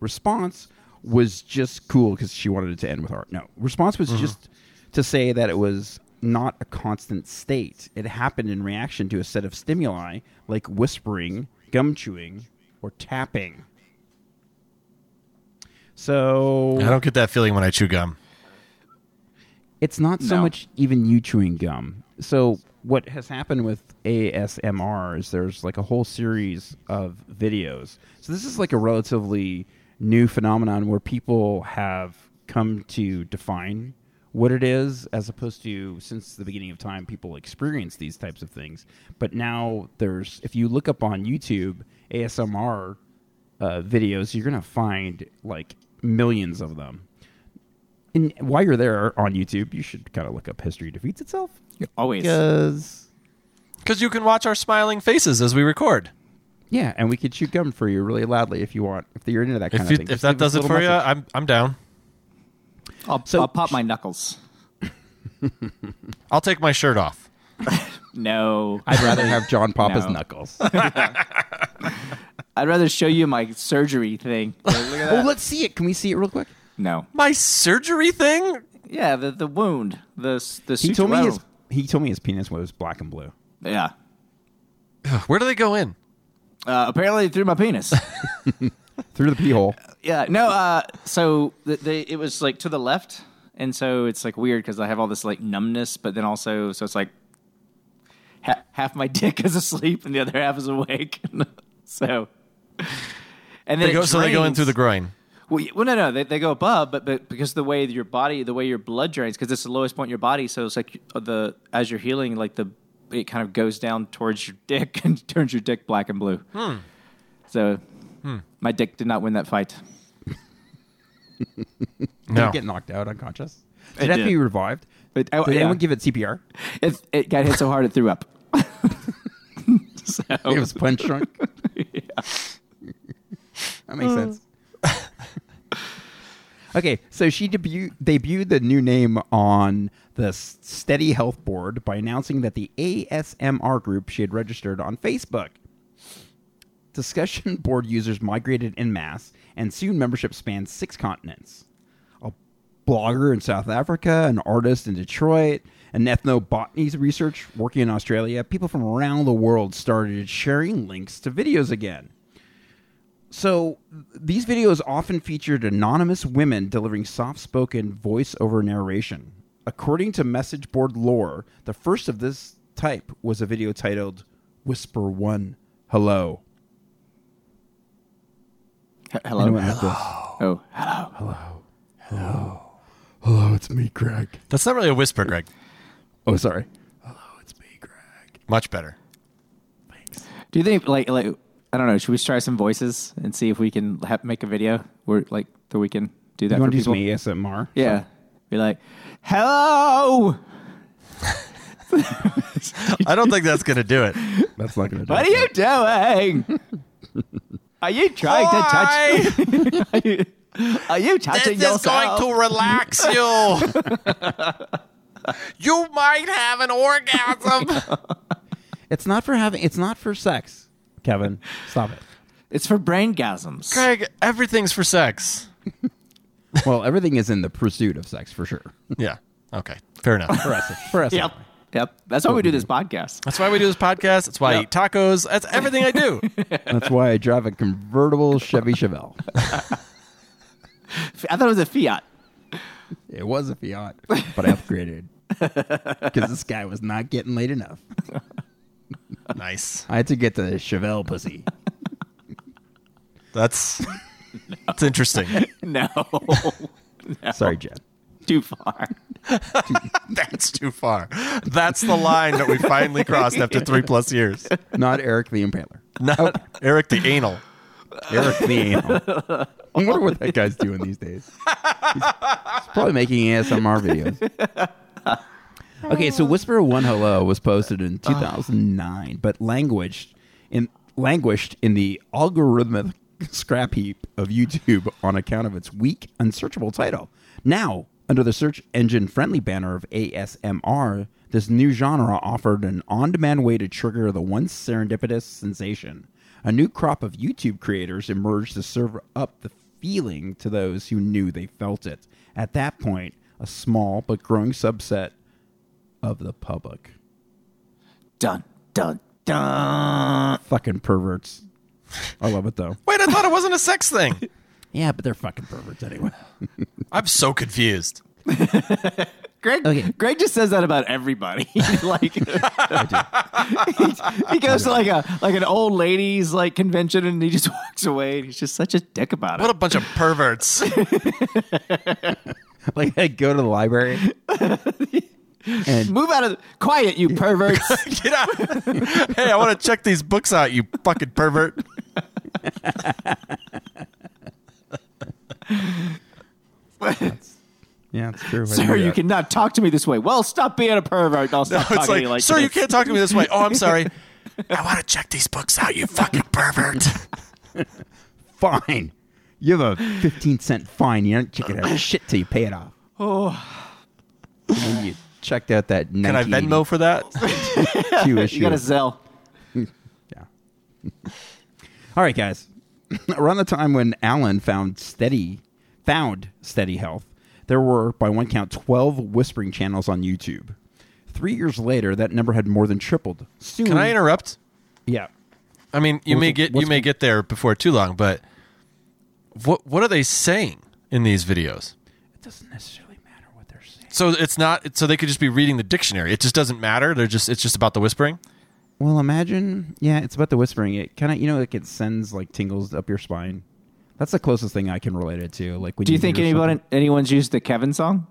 Speaker 1: Response was just cool because she wanted it to end with art. No, response was just to say that it was not a constant state. It happened in reaction to a set of stimuli like whispering, gum chewing, or tapping. So
Speaker 3: I don't get that feeling when I chew gum.
Speaker 1: it's not so
Speaker 2: No.
Speaker 1: much even you chewing gum. So what has happened with ASMR is there's like a whole series of videos. So this is like a relatively new phenomenon where people have come to define what it is as opposed to since the beginning of time people experience these types of things. But now there's if you look up on YouTube ASMR uh, videos, you're going to find like millions of them. And while you're there on YouTube, you should kind of look up History Defeats Itself.
Speaker 2: always
Speaker 1: uh, Because.
Speaker 3: Because you can watch our smiling faces as we record.
Speaker 1: Yeah, and we could shoot gum for you really loudly if you want, if you're into that kind
Speaker 3: If,
Speaker 1: of
Speaker 3: you,
Speaker 1: thing.
Speaker 3: if
Speaker 1: Just
Speaker 3: that
Speaker 1: leave us
Speaker 3: does
Speaker 1: a
Speaker 3: it
Speaker 1: little
Speaker 3: for you,
Speaker 1: message.
Speaker 3: I'm, I'm down.
Speaker 2: I'll, I'll pop my knuckles
Speaker 3: I'll take my shirt off.
Speaker 2: no
Speaker 1: I'd rather have John pop his
Speaker 2: No.
Speaker 1: knuckles.
Speaker 2: I'd rather show you my surgery thing. Look at
Speaker 1: Oh,
Speaker 2: that.
Speaker 1: let's see it. Can we see it real quick?
Speaker 2: No.
Speaker 5: My surgery thing?
Speaker 2: Yeah, the, the wound. The, s- the
Speaker 1: He told me
Speaker 2: sutural.
Speaker 1: his he told me his penis was black and blue.
Speaker 2: Yeah.
Speaker 3: Where do they go in?
Speaker 2: Uh, apparently through my penis.
Speaker 1: Through the pee hole.
Speaker 2: yeah. No, uh, so the, they, it was like to the left. And so it's like weird because I have all this like numbness, but then also, so it's like ha- half my dick is asleep and the other half is awake. so. And then
Speaker 3: They
Speaker 2: it
Speaker 3: go, so they go in
Speaker 2: drains.
Speaker 3: through the groin.
Speaker 2: Well, y- well no, no, they, they go above, but, but because the way your body, the way your blood drains, because it's the lowest point in your body, so it's like uh, the as you're healing, like the it kind of goes down towards your dick and turns your dick black and blue.
Speaker 1: Hmm.
Speaker 2: So my dick did not win that fight.
Speaker 1: Did
Speaker 3: No.
Speaker 1: it get knocked out unconscious?
Speaker 2: It
Speaker 1: Did it have to
Speaker 2: did.
Speaker 1: be revived?
Speaker 2: It, oh,
Speaker 1: Did
Speaker 2: yeah.
Speaker 1: anyone give it CPR?
Speaker 2: it, it got hit so hard it threw up. so,
Speaker 1: It was punch drunk. That makes sense. Mm. okay, so she debu- debuted the new name on the S- Steady Health Board by announcing that the ASMR group she had registered on Facebook. Discussion board users migrated en masse, and soon membership spanned six continents. A blogger in South Africa, an artist in Detroit, an ethnobotany research working in Australia, people from around the world started sharing links to videos again. So th- these videos often featured anonymous women delivering soft-spoken voice-over narration. According to message board lore, the first of this type was a video titled "Whisper One Hello."
Speaker 2: H- hello.
Speaker 1: Anyone have this?
Speaker 2: Oh, hello.
Speaker 1: Hello, it's me, Greg.
Speaker 3: That's not really a whisper, Greg.
Speaker 1: Oh, sorry.
Speaker 3: Much better.
Speaker 2: Do you think like like I don't know? Should we try some voices and see if we can ha- make a video where like that we can do that
Speaker 1: You
Speaker 2: for
Speaker 1: want to do
Speaker 2: people?
Speaker 1: some ASMR?
Speaker 2: Yeah. Be like, hello,
Speaker 3: I don't think that's going to do it.
Speaker 1: That's not gonna. Do
Speaker 2: what
Speaker 1: it.
Speaker 2: are you doing? are you trying to touch? are, you, are you touching yourself?
Speaker 3: relax you. you might have an orgasm.
Speaker 1: It's not for having. It's not for sex. Kevin, stop it.
Speaker 2: it's for brain gasms.
Speaker 3: Greg, everything's for sex.
Speaker 1: Well, everything is in the pursuit of sex for sure.
Speaker 3: Yeah. Okay. Fair enough.
Speaker 1: For us, for us.
Speaker 2: Yep. Yep. That's why we do this podcast.
Speaker 3: That's why we do this podcast. That's why I eat tacos. That's everything I do.
Speaker 1: That's why I drive a convertible Chevy Chevelle.
Speaker 2: I thought it was a Fiat.
Speaker 1: It was a Fiat, but I upgraded because this guy was not getting laid enough.
Speaker 3: nice.
Speaker 1: I had to get the Chevelle pussy.
Speaker 3: That's that's interesting.
Speaker 2: No,
Speaker 1: Sorry, Jen.
Speaker 2: too far.
Speaker 3: That's too far. That's the line that we finally crossed after three plus years. Oh.
Speaker 1: Not Eric the Impaler.
Speaker 3: Not Eric the anal.
Speaker 1: Eric the Anal. I wonder what that guy's doing these days. He's, he's probably making ASMR videos. Okay, so Whisper One Hello was posted in 2009, but languished in languished in the algorithmic scrap heap of YouTube on account of its weak, unsearchable title. Now, under the search engine friendly banner of ASMR, this new genre offered an on demand way to trigger the once serendipitous sensation. A new crop of YouTube creators emerged to serve up the feeling to those who knew they felt it. At that point, a small but growing subset of the public.
Speaker 2: Dun dun dun.
Speaker 1: Fucking perverts. I love it though.
Speaker 3: Wait, I thought it wasn't a sex thing.
Speaker 1: Yeah, but they're fucking perverts anyway.
Speaker 3: I'm so confused.
Speaker 2: Greg,
Speaker 1: Okay.
Speaker 2: Greg just says that about everybody. like he, he goes to like a like an old ladies like convention and he just walks away and he's just such a dick about it.
Speaker 3: What a bunch of perverts.
Speaker 1: like I go to the library and
Speaker 2: Move out of the, quiet, you perverts.
Speaker 3: Get out. hey, I want to check these books out, you fucking pervert.
Speaker 1: yeah, it's true. I
Speaker 2: Sir,
Speaker 1: remember
Speaker 2: you
Speaker 1: that.
Speaker 2: cannot talk to me this way. Well, stop being a pervert. I'll stop
Speaker 3: It's
Speaker 2: talking to
Speaker 3: like,
Speaker 2: you like
Speaker 3: sir, you
Speaker 2: this."
Speaker 3: can't talk to me this way. Oh, I'm sorry. I want to check these books out, you fucking pervert.
Speaker 1: fine. You have a fifteen cent fine. You don't check it out shit till you pay it off. Oh. And then you checked out that
Speaker 3: Can I Venmo for that?
Speaker 1: Q issue.
Speaker 2: You got a Zell.
Speaker 1: Yeah. All right, guys. Around the time when Alan found steady found steady health, there were, by one count, twelve whispering channels on YouTube. Three years later, that number had more than tripled. Soon,
Speaker 3: Can I interrupt?
Speaker 1: Yeah,
Speaker 3: I mean, you may
Speaker 1: What's-
Speaker 3: get you
Speaker 1: what's
Speaker 3: may
Speaker 1: going-
Speaker 3: get there before too long, but what what are they saying in these videos?
Speaker 1: it doesn't necessarily matter what they're saying.
Speaker 3: So it's not so they could just be reading the dictionary. It just doesn't matter. They're just it's just about the whispering.
Speaker 1: Well, imagine, yeah, it's about the whispering. It kind of, you know, like it sends like tingles up your spine. That's the closest thing I can relate it to. Like, when
Speaker 2: Do you
Speaker 1: hear
Speaker 2: think anybody,
Speaker 1: something-
Speaker 2: anyone's used the Kevin song?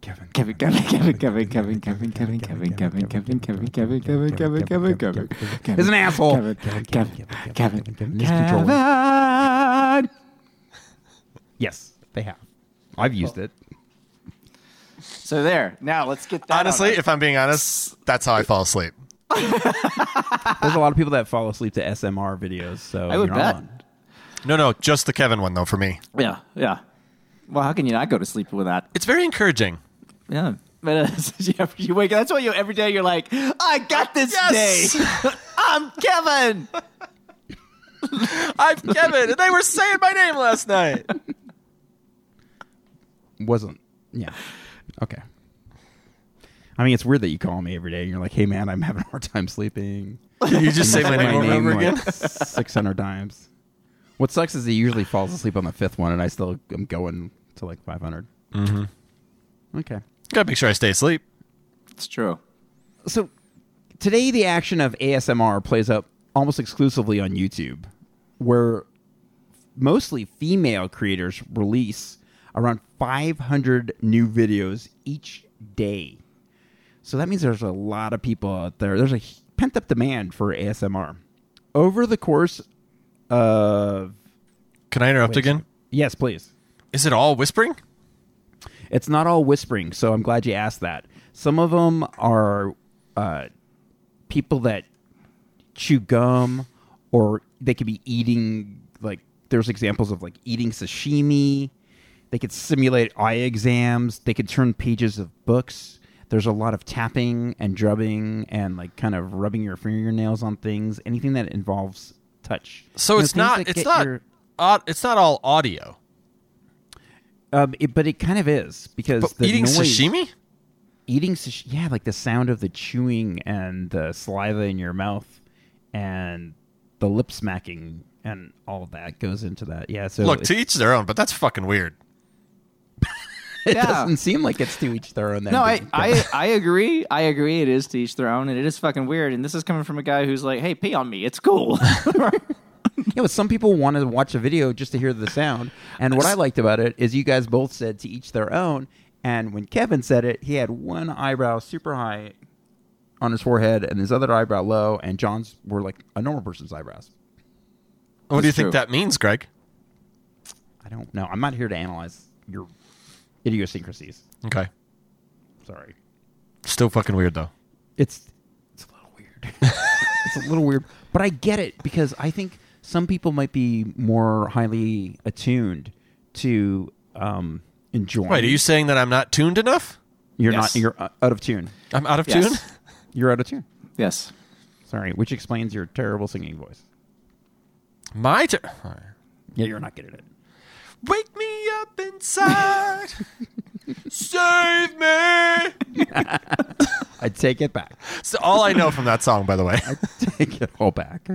Speaker 1: Kevin,
Speaker 2: Kevin, Kevin, Kevin, Kevin, Kevin, Kevin, Kevin, Kevin, Kevin, Kevin, Kevin, Kevin, Kevin, Kevin, Kevin, Kevin, Kevin.
Speaker 1: He's an asshole.
Speaker 2: Kevin, Kevin, Kevin, Kevin, Kevin.
Speaker 1: He's controlling.
Speaker 2: Kevin.
Speaker 1: Yes, they have. I've used it.
Speaker 2: So there. Now let's get that.
Speaker 3: Honestly,
Speaker 2: on our-
Speaker 3: if I'm being honest, that's how I fall asleep.
Speaker 1: There's a lot of people that fall asleep to SMR videos. So
Speaker 2: I would
Speaker 1: you're
Speaker 2: bet.
Speaker 1: on.
Speaker 3: No, no, just the Kevin one though for me.
Speaker 2: yeah, yeah. Well, how can you not go to sleep with that?
Speaker 3: It's very encouraging.
Speaker 2: Yeah. But uh, yeah, you wake up. That's why you every day you're like, I got this
Speaker 3: Yes!
Speaker 2: day. I'm Kevin.
Speaker 3: I'm Kevin, and they were saying my name last night.
Speaker 1: Wasn't. Yeah. Okay. I mean, it's weird that you call me every day and you're like, hey, man, I'm having a hard time sleeping.
Speaker 3: You just say
Speaker 1: Say
Speaker 3: my name over and over again.
Speaker 1: Six hundred times. What sucks is he usually falls asleep on the fifth one, and I still am going to like five hundred. Mm-hmm. Okay.
Speaker 3: Gotta make sure I stay asleep.
Speaker 2: It's true.
Speaker 1: So today, the action of ASMR plays up almost exclusively on YouTube, where mostly female creators release around 500 new videos each day. So that means there's a lot of people out there. There's a pent up demand for ASMR. Over the course of.
Speaker 3: Can I interrupt again?
Speaker 1: Yes, please.
Speaker 3: Is it all whispering?
Speaker 1: It's not all whispering, so I'm glad you asked that. Some of them are uh, people that chew gum, or they could be eating. Like there's examples of like eating sashimi. They could simulate eye exams. They could turn pages of books. There's a lot of tapping and drubbing and like kind of rubbing your fingernails on things. Anything that involves touch.
Speaker 3: So
Speaker 1: You know,
Speaker 3: it's
Speaker 1: things
Speaker 3: not.
Speaker 1: that
Speaker 3: It's
Speaker 1: get
Speaker 3: not.
Speaker 1: your-
Speaker 3: au- it's not all audio.
Speaker 1: um, it, but it kind of is because
Speaker 3: But
Speaker 1: the
Speaker 3: eating
Speaker 1: noise-
Speaker 3: sashimi.
Speaker 1: eating sushi yeah like the sound of the chewing and the saliva in your mouth and the lip smacking and all of that goes into that yeah so
Speaker 3: Look,
Speaker 1: it,
Speaker 3: to each their own, but that's fucking weird.
Speaker 1: it
Speaker 2: Yeah.
Speaker 1: doesn't seem like it's to each their own then,
Speaker 2: No, I,
Speaker 1: but-
Speaker 2: I, I agree. I agree. It is to each their own, and it is fucking weird. And this is coming from a guy who's like, "Hey, pee on me. It's cool."
Speaker 1: yeah but some people want to watch a video just to hear the sound and what i liked about it is you guys both said to each their own and when kevin said it he had one eyebrow super high on his forehead and his other eyebrow low and john's were like a normal person's eyebrows
Speaker 3: What do you
Speaker 2: That's
Speaker 3: think
Speaker 2: true.
Speaker 3: that means, Greg?
Speaker 1: i don't know i'm not here to analyze your idiosyncrasies
Speaker 3: Okay,
Speaker 1: Sorry.
Speaker 3: still fucking weird though.
Speaker 1: It's it's a little weird. it's a little weird, but I get it because I think some people might be more highly attuned to um enjoying.
Speaker 3: Wait, are you saying that I'm not tuned enough?
Speaker 1: You're
Speaker 2: Yes.
Speaker 1: not. You're uh, out of tune.
Speaker 3: I'm out of
Speaker 2: Yes.
Speaker 3: tune.
Speaker 1: You're out of tune.
Speaker 2: yes.
Speaker 1: Sorry, which explains your terrible singing voice.
Speaker 3: My turn.
Speaker 1: Yeah, you're not good at it.
Speaker 3: Wake me up inside. Save me.
Speaker 1: I take it back.
Speaker 3: So all I know from that song, by the way.
Speaker 1: take it all back.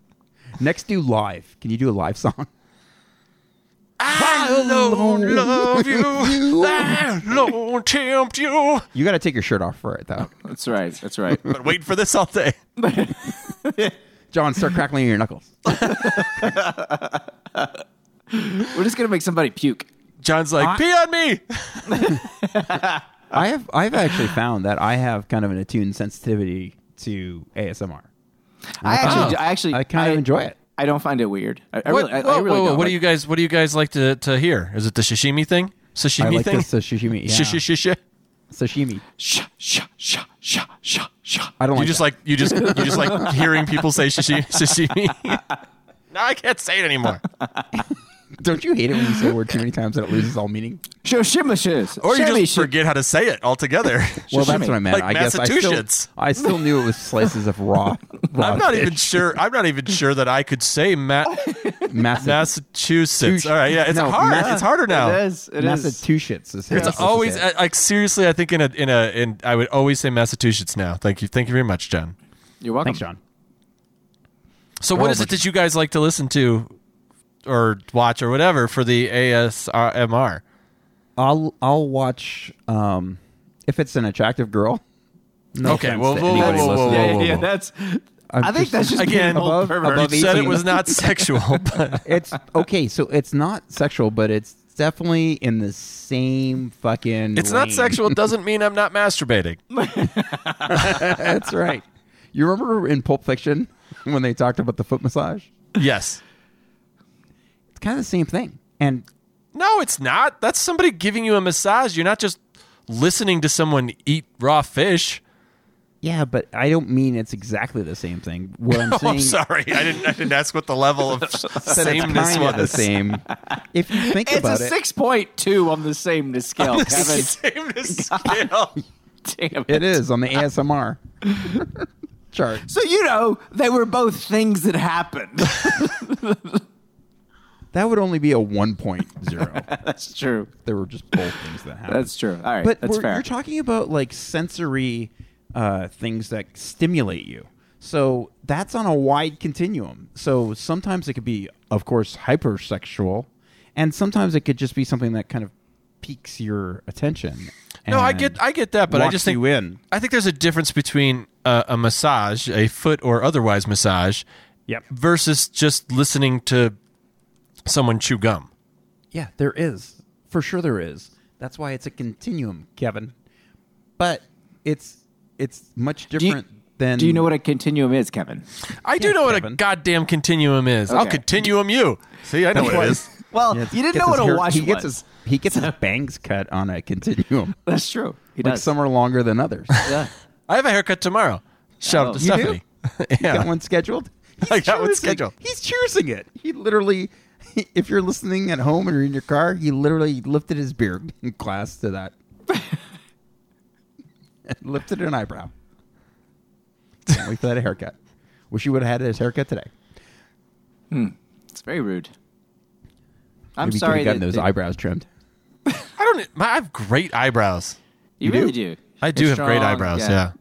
Speaker 1: Next, do live. Can you do a live song?
Speaker 3: I alone love you. I alone tempt you.
Speaker 1: You got to take your shirt off for it, though.
Speaker 2: That's right. That's right.
Speaker 3: But wait for this all day.
Speaker 1: John, start crackling your knuckles.
Speaker 2: We're just gonna make somebody puke.
Speaker 3: John's like,
Speaker 1: I-
Speaker 3: pee on me.
Speaker 1: I have I've actually found that I have kind of an attuned sensitivity to ASMR.
Speaker 2: I actually,
Speaker 3: Oh.
Speaker 2: I actually,
Speaker 1: I kind of enjoy it.
Speaker 2: I don't find it weird. I, I really, I, I
Speaker 3: whoa,
Speaker 2: really
Speaker 3: whoa, whoa,
Speaker 2: don't.
Speaker 3: what do
Speaker 2: Like,
Speaker 3: you guys? What do you guys like to, to hear? Is it the sashimi thing? Sashimi
Speaker 1: I like
Speaker 3: thing?
Speaker 1: the sashimi. Yeah.
Speaker 3: Sh- sh- sh- sh-
Speaker 1: sashimi.
Speaker 2: Sha sha sha sha sha sha.
Speaker 1: I don't
Speaker 3: You
Speaker 1: like
Speaker 3: just
Speaker 1: that.
Speaker 3: like you just you just like hearing people say sashimi. sashimi. now I can't say it anymore.
Speaker 1: Don't you hate it when you say a word too many times and it loses all meaning?
Speaker 2: Shoshimishes.
Speaker 3: Or you just forget how to say it altogether.
Speaker 1: Well, that's what I meant.
Speaker 3: Like
Speaker 1: I guess I still,
Speaker 3: Massachusetts.
Speaker 1: I still knew it was slices of raw. raw
Speaker 3: I'm not
Speaker 1: fish.
Speaker 3: even sure. I'm not even sure that I could say Ma-
Speaker 1: Massa-
Speaker 3: Massachusetts.
Speaker 1: Touche.
Speaker 3: All right, yeah, it's
Speaker 1: No,
Speaker 3: hard.
Speaker 1: Massa-
Speaker 3: it's harder now.
Speaker 2: It is. It is.
Speaker 1: Massachusetts. Is how you're
Speaker 3: It's
Speaker 1: supposed to
Speaker 3: always
Speaker 1: say it.
Speaker 3: I- like seriously. I think in a in a in I would always say Massachusetts now. Thank you. Thank you very much, John.
Speaker 2: You're welcome.
Speaker 1: Thanks, John.
Speaker 3: So, what is
Speaker 1: over.
Speaker 3: it that you guys like to listen to, or watch, or whatever for the ASMR?
Speaker 1: I'll I'll watch um, if it's an attractive girl. No
Speaker 3: Okay,
Speaker 1: offense
Speaker 3: well,
Speaker 1: to
Speaker 3: whoa,
Speaker 1: anybody
Speaker 3: whoa, whoa,
Speaker 1: listening.
Speaker 3: whoa,
Speaker 2: Yeah,
Speaker 3: whoa,
Speaker 2: yeah,
Speaker 3: whoa.
Speaker 2: that's.
Speaker 1: I'm
Speaker 2: I think
Speaker 1: just-
Speaker 2: that's just
Speaker 3: Again,
Speaker 2: being an old
Speaker 1: above-
Speaker 2: pervert.
Speaker 1: above
Speaker 3: You said it
Speaker 1: 18.
Speaker 3: was not sexual, but
Speaker 1: It's okay, so it's not sexual, but it's definitely in the same fucking.
Speaker 3: it's not
Speaker 1: lane.
Speaker 3: sexual. It doesn't mean I'm not masturbating.
Speaker 1: That's right. You remember in Pulp Fiction when they talked about the foot massage?
Speaker 3: Yes.
Speaker 1: It's kind of the same thing, and
Speaker 3: No, it's not. That's somebody giving you a massage. You're not just listening to someone eat raw fish.
Speaker 1: yeah, but I don't mean it's exactly the same thing. What I'm
Speaker 3: Oh,
Speaker 1: saying
Speaker 3: I'm sorry. I didn't. I didn't ask what the level of
Speaker 1: that it's
Speaker 3: sameness
Speaker 1: kinda the
Speaker 3: was.
Speaker 1: same. If you think
Speaker 2: It's a
Speaker 1: about it,
Speaker 2: six point two on the sameness scale,
Speaker 3: Oh,
Speaker 2: Kevin.
Speaker 3: Sameness scale.
Speaker 2: Damn
Speaker 1: it is on the ASMR chart.
Speaker 2: So you know they were both things that happened.
Speaker 1: That would only be a 1.0.
Speaker 2: that's true.
Speaker 1: there were just both things that happened.
Speaker 2: That's true. All right,
Speaker 1: but
Speaker 2: that's
Speaker 1: we're-
Speaker 2: fair.
Speaker 1: you're talking about like sensory uh, things that stimulate you. So that's on a wide continuum. So sometimes it could be, of course, hypersexual, and sometimes it could just be something that kind of piques your attention.
Speaker 3: No, I
Speaker 1: and
Speaker 3: get. I get that, but I
Speaker 1: locks
Speaker 3: just think
Speaker 1: you in.
Speaker 3: I think there's a difference between a, a massage, a foot or otherwise massage,
Speaker 1: Yep.
Speaker 3: versus just listening to someone chew gum.
Speaker 1: Yeah, there is. For sure there is. That's why it's a continuum, Kevin. But it's it's much
Speaker 2: you-
Speaker 1: different than
Speaker 2: Do you know what a continuum is, Kevin?
Speaker 3: I do
Speaker 1: Yeah,
Speaker 3: know what
Speaker 1: Kevin.
Speaker 3: a goddamn continuum is. I'll
Speaker 2: Okay.
Speaker 3: continuum you. See, I know what it is.
Speaker 2: Well,
Speaker 1: Yeah,
Speaker 2: you didn't
Speaker 1: gets
Speaker 2: know
Speaker 1: his
Speaker 2: what a
Speaker 1: hair-
Speaker 2: wash
Speaker 1: he gets
Speaker 2: was.
Speaker 1: his he gets his bangs cut on a continuum.
Speaker 2: that's true. He
Speaker 1: Like
Speaker 2: does.
Speaker 1: some are longer than others.
Speaker 2: Yeah.
Speaker 3: I have a haircut tomorrow. Shout out
Speaker 2: Oh.
Speaker 1: You
Speaker 3: to
Speaker 1: do?
Speaker 3: Stephanie.
Speaker 1: You got
Speaker 3: yeah.
Speaker 1: one scheduled? He's
Speaker 3: I got one
Speaker 1: cheersing-
Speaker 3: scheduled.
Speaker 1: He's cheersing it. He literally if you're listening at home and you're in your car, he literally lifted his beard in class to that. lifted an eyebrow. Can't wait for that haircut. Wish you would have had his haircut today.
Speaker 2: It's very rude. I'm
Speaker 1: Maybe you
Speaker 2: sorry.
Speaker 1: could have gotten
Speaker 2: that-
Speaker 1: those
Speaker 2: that-
Speaker 1: eyebrows trimmed.
Speaker 3: I don't. My, I have great eyebrows.
Speaker 2: You really do.
Speaker 3: I do
Speaker 2: They're
Speaker 3: have great
Speaker 2: strong.
Speaker 3: eyebrows. Yeah.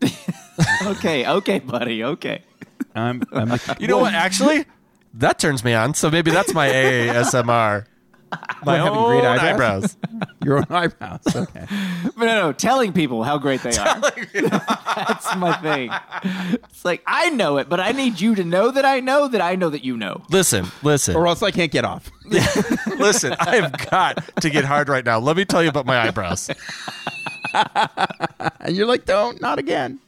Speaker 2: okay. Okay, buddy. Okay.
Speaker 1: I'm, I'm
Speaker 3: You know what? Actually, that turns me on. So maybe that's my ASMR. My
Speaker 1: having
Speaker 3: own
Speaker 1: great eyebrows?
Speaker 3: eyebrows.
Speaker 1: your own eyebrows. Okay.
Speaker 2: But no, no. Telling people how great they are. that's my thing. It's like I know it, but I need you to know that I know that I know that you know.
Speaker 3: Listen, listen,
Speaker 1: Or else I can't get off.
Speaker 3: listen. I've got to get hard right now. Let me tell you about my eyebrows.
Speaker 1: And you're like, don't, not again.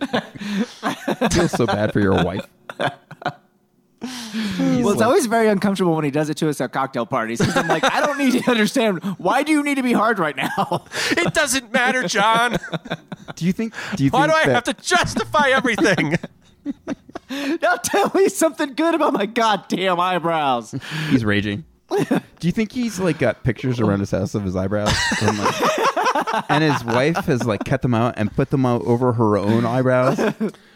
Speaker 1: I feel so bad for your wife.
Speaker 2: Well, it's always very uncomfortable when he does it to us at cocktail parties. 'cause I'm like, I don't need to understand. Why do you need to be hard right now?
Speaker 3: It doesn't matter, John.
Speaker 1: Do you think? Do you
Speaker 3: Why do
Speaker 1: think
Speaker 3: I
Speaker 1: that-
Speaker 3: have to justify everything?
Speaker 2: now tell me something good about my goddamn eyebrows.
Speaker 1: He's raging. Do you think he's like got pictures around his house of his eyebrows? And, like- and his wife has like cut them out and put them out over her own eyebrows.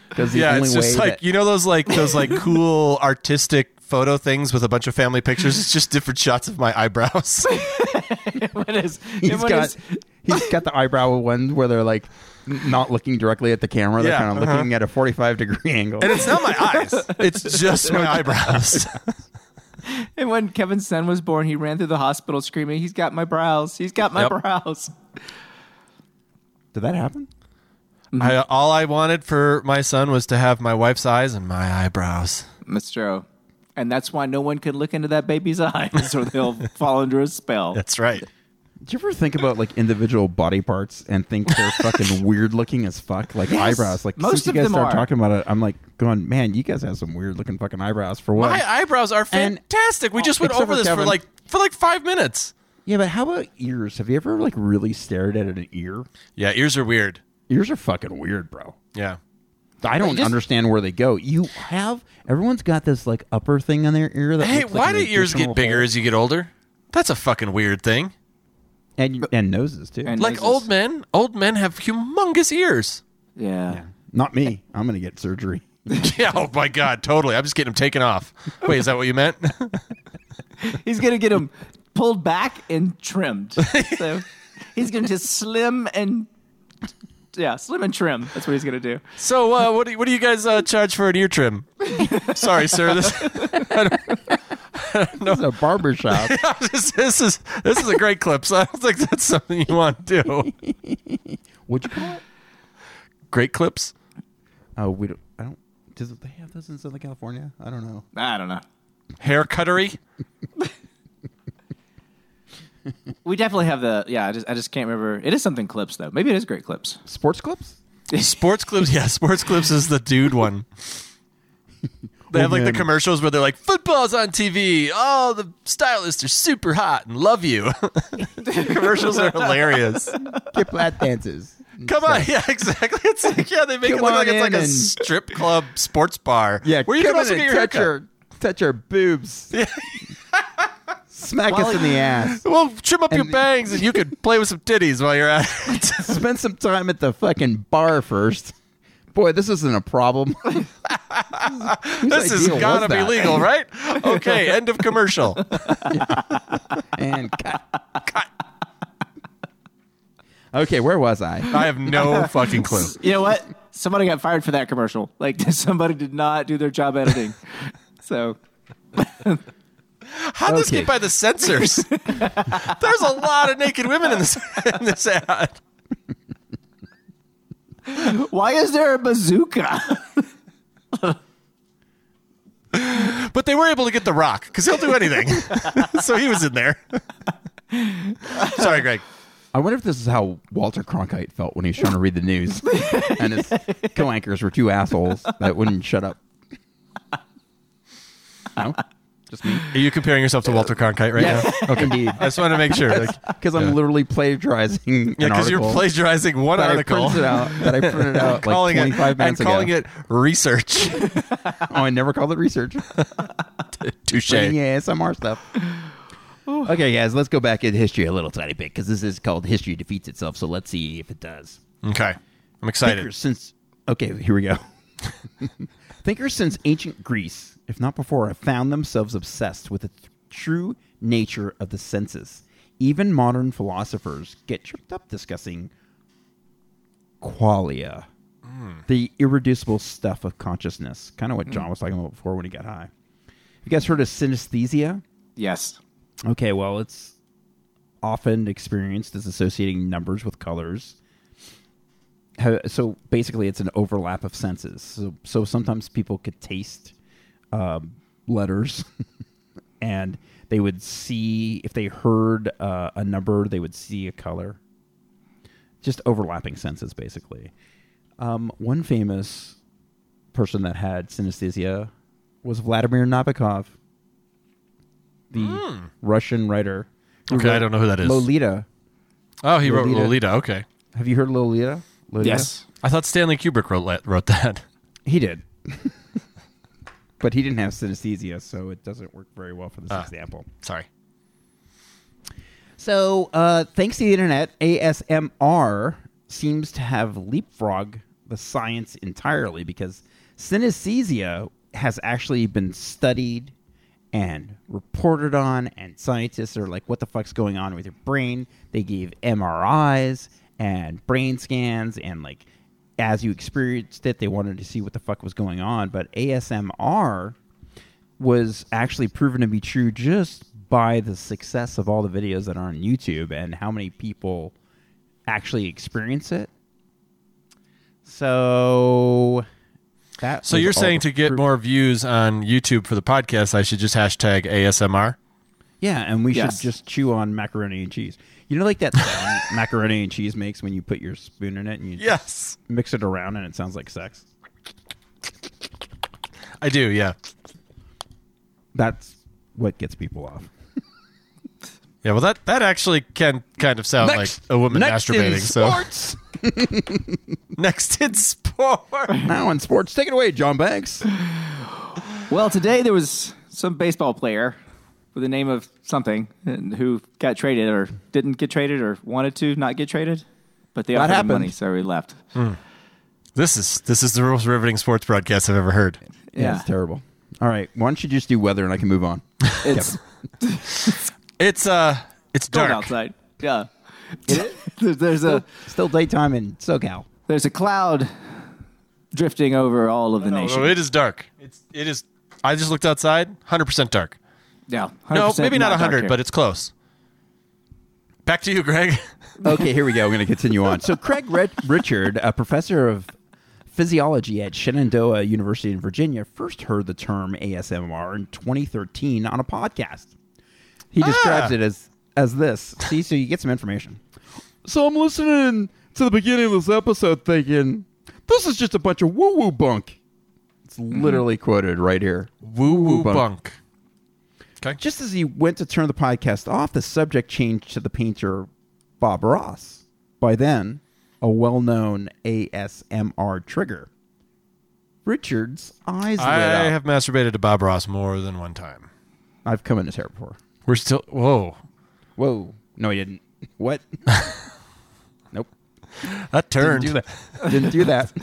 Speaker 1: Because the
Speaker 3: yeah,
Speaker 1: only
Speaker 3: it's just
Speaker 1: way
Speaker 3: like
Speaker 1: that-
Speaker 3: you know those like those like cool artistic photo things with a bunch of family pictures. It's just different shots of my eyebrows.
Speaker 2: When is-
Speaker 1: He's
Speaker 2: and when
Speaker 1: got
Speaker 2: is-
Speaker 1: he's got the eyebrow one where they're like n- not looking directly at the camera. They're
Speaker 3: Yeah,
Speaker 1: kind of
Speaker 3: uh-huh.
Speaker 1: looking at a forty five degree angle.
Speaker 3: And it's not my eyes. It's just my eyebrows.
Speaker 2: and when Kevin's son was born, he ran through the hospital screaming, "He's got my brows! He's got my
Speaker 3: Yep.
Speaker 2: brows!"
Speaker 1: Did that happen? Mm-hmm.
Speaker 3: I, all I wanted for my son was to have my wife's eyes and my eyebrows.
Speaker 2: That's true. And that's why no one can look into that baby's eyes, or they'll fall under a spell.
Speaker 3: That's right.
Speaker 1: Did you ever think about like individual body parts and think they're fucking weird looking as fuck? Like eyebrows. Like
Speaker 2: Most
Speaker 1: since you
Speaker 2: of
Speaker 1: guys
Speaker 2: them
Speaker 1: start
Speaker 2: are.
Speaker 1: talking about it, I'm like going, man, you guys have some weird looking fucking eyebrows for what?
Speaker 3: My eyebrows are
Speaker 1: And-
Speaker 3: fantastic. we just went
Speaker 1: Oh, Except
Speaker 3: over
Speaker 1: for
Speaker 3: this for
Speaker 1: Kevin.
Speaker 3: like for like five minutes.
Speaker 1: yeah, but how about ears? Have you ever like really stared at an ear?
Speaker 3: Yeah, ears are weird.
Speaker 1: Ears are fucking weird, bro.
Speaker 3: Yeah.
Speaker 1: I don't
Speaker 2: just-
Speaker 1: understand where they go. You have everyone's got this like upper thing on their ear. That
Speaker 3: Hey,
Speaker 1: looks
Speaker 3: why
Speaker 1: like an
Speaker 3: do ears
Speaker 1: additional
Speaker 3: get bigger
Speaker 1: hole.
Speaker 3: as you get older? That's a fucking weird thing.
Speaker 1: and and noses too?
Speaker 2: And-
Speaker 3: Like
Speaker 2: Noses.
Speaker 3: old men, old men have humongous ears.
Speaker 2: Yeah.
Speaker 1: Not me. I'm gonna get surgery.
Speaker 3: yeah, oh my god, totally. I'm just getting them taken off. Wait, is that what you meant?
Speaker 2: He's going to get him pulled back and trimmed. so he's going to just slim and. Yeah, slim and trim. That's what he's going to do.
Speaker 3: so, uh, what do you, what do you guys uh, charge for an ear trim? Sorry, sir. This,
Speaker 1: This is a barber shop.
Speaker 3: this, this is this is a great clip. So I don't think that's something you want to do.
Speaker 1: Would you call it?
Speaker 3: Great clips.
Speaker 1: Oh, we don't. I don't. Does they have those in Southern California? I don't know.
Speaker 2: I don't know.
Speaker 3: Hair cuttery.
Speaker 2: We definitely have the. Yeah, I just, I just can't remember. It is something clips, though. Maybe it is great clips.
Speaker 1: Sports clips.
Speaker 3: Sports clips, yeah, sports clips is the dude one. They have like the
Speaker 1: Women.
Speaker 3: commercials where they're like, "Football's on TV. Oh, the stylists are super hot and love you." commercials are hilarious.
Speaker 1: Get flat dances.
Speaker 3: Come on, yeah, exactly. It's like, yeah, they make
Speaker 1: Come
Speaker 3: it look like
Speaker 1: on
Speaker 3: it's like
Speaker 1: in
Speaker 3: a
Speaker 1: and-
Speaker 3: strip club sports bar.
Speaker 1: Yeah,
Speaker 3: where you can
Speaker 1: come in
Speaker 3: also
Speaker 1: and
Speaker 3: get your
Speaker 1: touch
Speaker 3: haircut.
Speaker 1: your touch your boobs. Smack us in the ass.
Speaker 3: Well, trim up your
Speaker 1: And-
Speaker 3: bangs and you could play with some titties while you're at it.
Speaker 1: Spend some time at the fucking bar first. Boy, this isn't a problem.
Speaker 3: this has
Speaker 1: idea was
Speaker 3: gotta be
Speaker 1: that?
Speaker 3: legal, right? Okay, end of commercial.
Speaker 1: and cut. Okay, where was I?
Speaker 3: I have no fucking clue.
Speaker 2: You know what? Somebody got fired for that commercial. Like somebody did not do their job editing. So
Speaker 3: How'd this
Speaker 1: Okay.
Speaker 3: get by the censors? There's a lot of naked women in this in this ad.
Speaker 2: why is there a bazooka?
Speaker 3: But they were able to get The Rock because he'll do anything. so he was in there. Sorry, Greg.
Speaker 1: I wonder if this is how Walter Cronkite felt when he was trying to read the news, and his co-anchors were two assholes that wouldn't shut up. No, just me.
Speaker 3: Are you comparing yourself to Walter Cronkite right now?
Speaker 1: okay. indeed.
Speaker 3: I just want to make sure. Like,
Speaker 1: Because I'm
Speaker 3: Yeah.
Speaker 1: literally plagiarizing.
Speaker 3: yeah,
Speaker 1: because
Speaker 3: because you're plagiarizing one
Speaker 1: that I
Speaker 3: article,
Speaker 1: printed out that I printed out like
Speaker 3: calling
Speaker 1: 25
Speaker 3: it and
Speaker 1: minutes
Speaker 3: calling
Speaker 1: ago.
Speaker 3: it research.
Speaker 1: Oh, I never called it research.
Speaker 3: Touche.
Speaker 1: Yeah, SMR stuff. okay, guys, let's go back in history a little tiny bit because this is called history defeats itself. So let's see if it does.
Speaker 3: Okay, I'm excited.
Speaker 1: Thinkers since okay, here we go. Thinkers since ancient Greece, if not before, have found themselves obsessed with the th- true nature of the senses. Even modern philosophers get tripped up discussing qualia, the irreducible stuff of consciousness. Kind of what John was talking about before when he got high. You guys heard of synesthesia?
Speaker 2: Yes.
Speaker 1: Okay, well, it's often experienced as associating numbers with colors. Ha- So basically, it's an overlap of senses. So, so sometimes people could taste um, letters, and they would see if they heard uh, a number, they would see a color. Just overlapping senses, basically. Um, one famous person that had synesthesia was Vladimir Nabokov, the Russian writer. who
Speaker 3: Hmm. Okay, I
Speaker 1: wrote
Speaker 3: don't know who that is.
Speaker 1: Lolita.
Speaker 3: Oh, he wrote
Speaker 1: Lolita.
Speaker 3: Lolita. Okay,
Speaker 1: Have you heard of Lolita? Lolita?
Speaker 2: Yes.
Speaker 3: I thought Stanley Kubrick wrote, wrote that.
Speaker 1: He did. but he didn't have synesthesia, so it doesn't work very well for this example.
Speaker 3: Sorry.
Speaker 1: So, uh, thanks to the internet, ASMR seems to have leapfrogged the science entirely because synesthesia has actually been studied and reported on, and scientists are like, what the fuck's going on with your brain? They gave MRIs and brain scans, and like, as you experienced it, they wanted to see what the fuck was going on. But ASMR was actually proven to be true just by the success of all the videos that are on YouTube and how many people actually experience it. So that
Speaker 3: So
Speaker 1: was
Speaker 3: you're
Speaker 1: all
Speaker 3: saying
Speaker 1: the
Speaker 3: to get
Speaker 1: proof-
Speaker 3: more views on YouTube for the podcast, I should just hashtag ASMR?
Speaker 1: Yeah, and we
Speaker 2: Yes.
Speaker 1: should just chew on macaroni and cheese. You know like that sound macaroni and cheese makes when you put your spoon in it and you
Speaker 3: Yes,
Speaker 1: mix it around and it sounds like sex.
Speaker 3: I do. Yeah,
Speaker 1: That's what gets people off.
Speaker 3: yeah. Well, that that actually can kind of sound like a woman masturbating. so
Speaker 1: so
Speaker 3: next in sports.
Speaker 5: forward.
Speaker 1: Now in sports, take it away, John Banks.
Speaker 2: Well, today there was some baseball player with the name of something and who got traded or didn't get traded or wanted to not get traded, but they
Speaker 1: That
Speaker 2: offered him
Speaker 1: happened.
Speaker 2: money, so he left.
Speaker 3: This is this is the most riveting sports broadcast I've ever heard.
Speaker 1: Yeah,
Speaker 2: Yeah,
Speaker 1: it's terrible. All right, why don't you just do weather and I can move on?
Speaker 2: it's
Speaker 3: It's uh, it's
Speaker 2: cold
Speaker 3: dark.
Speaker 2: outside. Yeah, there's, there's a
Speaker 1: Still daytime in SoCal.
Speaker 2: there's a cloud drifting over all of the
Speaker 3: No,
Speaker 2: nation.
Speaker 3: no, it is dark. It's it is. I just looked outside. Hundred percent dark.
Speaker 2: yeah,
Speaker 3: No,
Speaker 2: 100%
Speaker 3: maybe not
Speaker 2: dark
Speaker 3: hundred,
Speaker 2: here.
Speaker 3: but it's close. Back to you, Greg.
Speaker 1: Okay, here we go. We're going to continue on. So, Craig Red- Richard, a professor of physiology at Shenandoah University in Virginia, first heard the term ASMR in 2013 on a podcast. He describes it as as this. See, so you get some information. So I'm listening to the beginning of this episode, thinking this is just a bunch of woo woo bunk. Mm-hmm. It's literally quoted right here.
Speaker 3: Woo woo
Speaker 1: bunk.
Speaker 3: bunk.
Speaker 1: Just as he went to turn the podcast off, the subject changed to the painter Bob Ross. By then, a well known ASMR trigger. Richard's eyes lit
Speaker 3: I
Speaker 1: up.
Speaker 3: have masturbated to Bob Ross more than one time.
Speaker 1: I've come in his hair before.
Speaker 3: We're still. Whoa,
Speaker 1: Whoa. No, he didn't. What? nope.
Speaker 3: that turned.
Speaker 1: Didn't do that. didn't do that.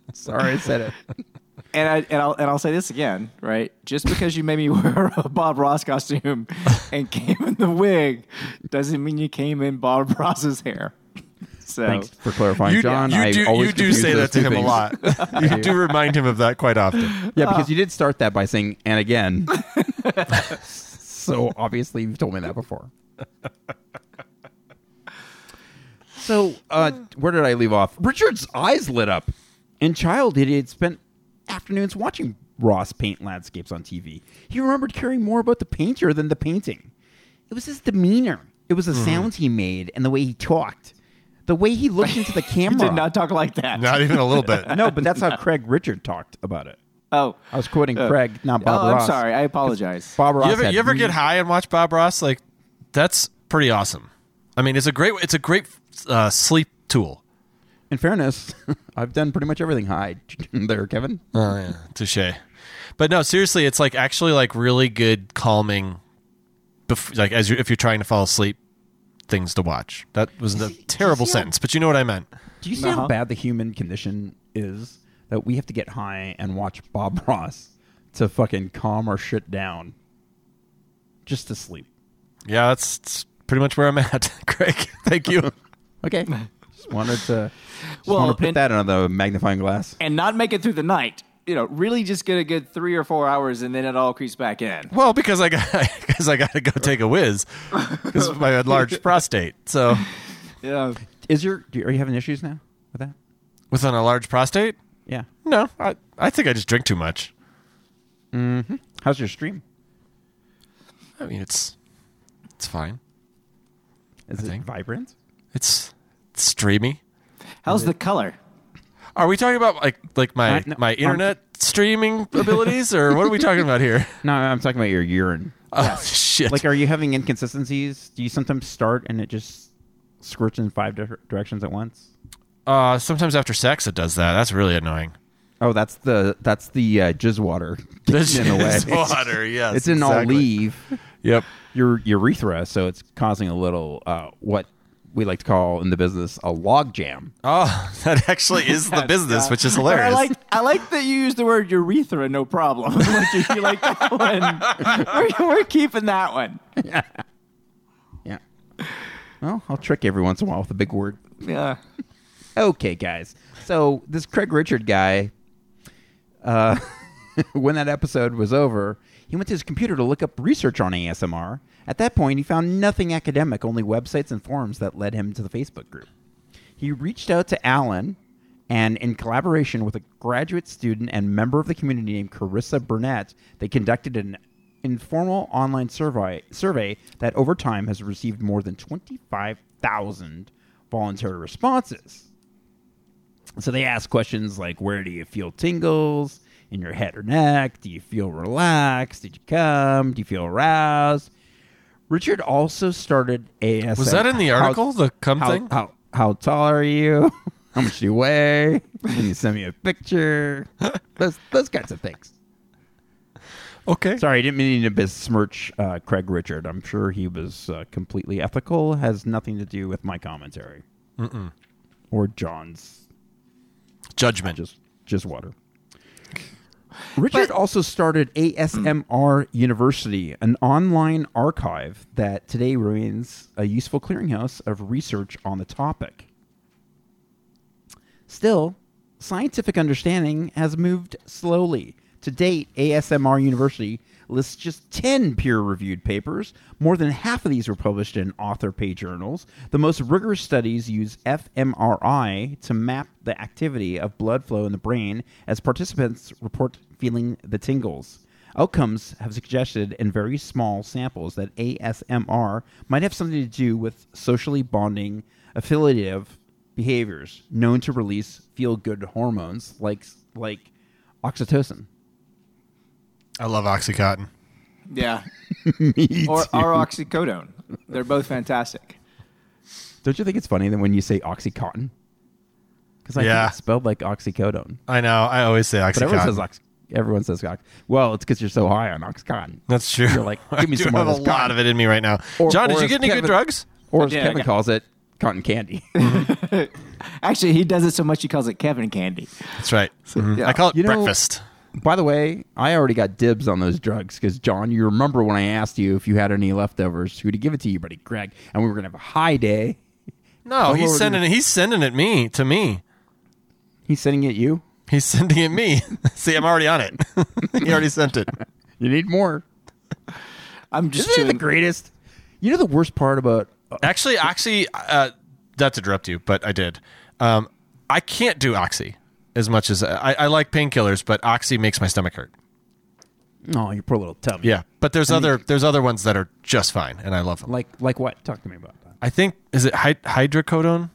Speaker 1: Sorry I said it.
Speaker 2: and I and I'll and I'll say this again, right? Just because you made me wear a Bob Ross costume and came in the wig doesn't mean you came in Bob Ross's hair. So
Speaker 1: Thanks for clarifying,
Speaker 3: You,
Speaker 1: John.
Speaker 3: you
Speaker 1: I
Speaker 3: do,
Speaker 1: always
Speaker 3: you do
Speaker 1: confuse
Speaker 3: say
Speaker 1: those
Speaker 3: that to
Speaker 1: two
Speaker 3: him a
Speaker 1: things.
Speaker 3: lot. you do remind him of that quite often.
Speaker 1: Yeah, because you did start that by saying, and again. so obviously you've told me that before. So uh, where did I leave off? Richard's eyes lit up. In childhood, he had spent afternoons watching Ross paint landscapes on TV. He remembered caring more about the painter than the painting. It was his demeanor. It was the
Speaker 2: Mm-hmm.
Speaker 1: sounds he made and the way he talked, the way he looked into the
Speaker 2: you
Speaker 1: camera.
Speaker 2: did not talk like that.
Speaker 3: Not even a little bit.
Speaker 1: no, but that's how Craig Richard talked about it.
Speaker 2: Oh,
Speaker 1: I was quoting
Speaker 2: Uh,
Speaker 1: Craig, not Bob
Speaker 2: oh,
Speaker 1: Ross.
Speaker 2: I'm sorry. I apologize.
Speaker 1: Bob Ross.
Speaker 3: You ever,
Speaker 1: had-
Speaker 3: you ever get high and watch Bob Ross? Like, that's pretty awesome. I mean, it's a great it's a great uh, sleep tool.
Speaker 1: In fairness, I've done pretty much everything high there, Kevin.
Speaker 3: Oh yeah, touche. But no, seriously, it's like actually like really good calming. Bef- like as you if you're trying to fall asleep, things to watch. That was a terrible
Speaker 1: see how-
Speaker 3: sentence, but you know what I meant.
Speaker 1: Do you see how
Speaker 2: Uh-huh.
Speaker 1: bad the human condition is that we have to get high and watch Bob Ross to fucking calm our shit down just to sleep?
Speaker 3: Yeah, that's, that's pretty much where I'm at, Greg. Thank you.
Speaker 1: Okay. just wanted to, just
Speaker 2: Well,
Speaker 1: wanted to put
Speaker 2: and-
Speaker 1: that under the magnifying glass.
Speaker 2: and not make it through the night. You know, really just get a good three or four hours, and then it all creeps back in.
Speaker 3: well, because I got because I got to go take a whiz because of my enlarged prostate. So
Speaker 2: Yeah.
Speaker 1: Is your do, are you having issues now with that?
Speaker 3: with an enlarged prostate,
Speaker 1: Yeah.
Speaker 3: no, I I think I just drink too much.
Speaker 1: How's your stream?
Speaker 3: I mean, it's it's fine.
Speaker 1: Is it
Speaker 3: think-
Speaker 1: vibrant?
Speaker 3: It's, it's streamy.
Speaker 2: How's the color?
Speaker 3: Are we talking about like like my
Speaker 1: Uh, no,
Speaker 3: my
Speaker 1: um,
Speaker 3: internet streaming abilities, or what are we talking about here?
Speaker 1: No, I'm talking about your urine.
Speaker 3: Oh shit!
Speaker 1: Like, are you having inconsistencies? Do you sometimes start and it just squirts in five di- directions at once?
Speaker 3: uh, sometimes after sex, it does that. That's really annoying.
Speaker 1: Oh, that's the that's the uh, jizz water
Speaker 3: This
Speaker 1: in a way.
Speaker 3: is water. Yes,
Speaker 1: It's in
Speaker 3: exactly.
Speaker 1: all leave
Speaker 3: Yep.
Speaker 1: your urethra, so it's causing a little uh, what we like to call in the business a log jam.
Speaker 3: Oh, that actually is the business, which is hilarious.
Speaker 2: I like I like that you use the word urethra, no problem. like you, you like that one. We're, we're keeping that one.
Speaker 1: Yeah. Well, I'll trick you every once in a while with a big word.
Speaker 2: Yeah.
Speaker 1: Okay, guys. So this Craig Richard guy, uh, when that episode was over, he went to his computer to look up research on ASMR. At that point, he found nothing academic, only websites and forums that led him to the Facebook group. He reached out to Alan, and in collaboration with a graduate student and member of the community named Carissa Burnett, they conducted an informal online survey survey that over time has received more than 25,000 voluntary responses. So they ask questions like where do you feel tingles in your head or neck? Do you feel relaxed? Did you come? Do you feel aroused? Richard also started ASMR.
Speaker 3: Was that in the
Speaker 1: How-
Speaker 3: article, the cum
Speaker 1: how,
Speaker 3: thing?
Speaker 1: How, how tall are you? How much do you weigh? Can you send me a picture? Those those kinds of things.
Speaker 3: Okay.
Speaker 1: Sorry, I didn't mean to besmirch uh, Craig Richard. I'm sure he was uh, completely ethical. Has nothing to do with my commentary or John's.
Speaker 3: Judgment.
Speaker 1: Just just water. Richard also started ASMR University, an online archive that today remains a useful clearinghouse of research on the topic. Still, scientific understanding has moved slowly. To date, ASMR University lists just 10 peer reviewed papers. More than half of these were published in author paid journals. The most rigorous studies use fMRI to map the activity of blood flow in the brain as participants report feeling the tingles. Outcomes have suggested in very small samples that ASMR might have something to do with socially bonding, affiliative behaviors known to release feel good hormones like like oxytocin.
Speaker 3: I love Oxycontin.
Speaker 2: Yeah.
Speaker 1: Me
Speaker 2: Or,
Speaker 1: too.
Speaker 2: or oxycodone. They're both fantastic.
Speaker 1: Don't you think it's funny that when you say oxycontin? Because I
Speaker 3: Yeah.
Speaker 1: think it's spelled like oxycodone,
Speaker 3: I know. I always say
Speaker 1: but everyone says
Speaker 3: Oxycontin.
Speaker 1: ox. Everyone says ox. Well, it's because you're so high on oxycontin.
Speaker 3: That's true.
Speaker 1: You're like, give me
Speaker 3: I do
Speaker 1: some more
Speaker 3: have
Speaker 1: of
Speaker 3: a
Speaker 1: this cotton.
Speaker 3: lot of it in me right now.
Speaker 1: Or-
Speaker 3: John,
Speaker 1: or
Speaker 3: did you
Speaker 1: as
Speaker 3: get any
Speaker 1: Kevin-
Speaker 3: good drugs?
Speaker 1: Or as
Speaker 2: Yeah, I
Speaker 1: Kevin
Speaker 2: got-
Speaker 1: calls it, cotton candy.
Speaker 2: Actually, he does it so much he calls it Kevin candy.
Speaker 3: That's right. Mhm.
Speaker 2: yeah.
Speaker 3: I call it
Speaker 1: You know-
Speaker 3: breakfast.
Speaker 1: By the way, I already got dibs on those drugs because John, you remember when I asked you if you had any leftovers, who to give it to you, buddy Greg, and we were gonna have a high day.
Speaker 3: No,
Speaker 1: I'm
Speaker 3: he's
Speaker 1: already-
Speaker 3: sending it. He's sending it me to me.
Speaker 1: He's sending it you.
Speaker 3: He's sending it me. See, I'm already on it. he already sent it.
Speaker 1: You need more.
Speaker 2: I'm just
Speaker 1: Isn't it the
Speaker 2: chewing-
Speaker 1: greatest? You know the worst part about
Speaker 3: Actually, Oxy. Uh, not to interrupt you, but I did. Um, I can't do Oxy as much as I, I like painkillers, but Oxy makes my stomach hurt.
Speaker 1: oh, your poor little tummy.
Speaker 3: Yeah, but there's other there's other ones that are just fine, and I love them.
Speaker 1: Like like what? Talk to me about that.
Speaker 3: I think is it hy- hydrocodone?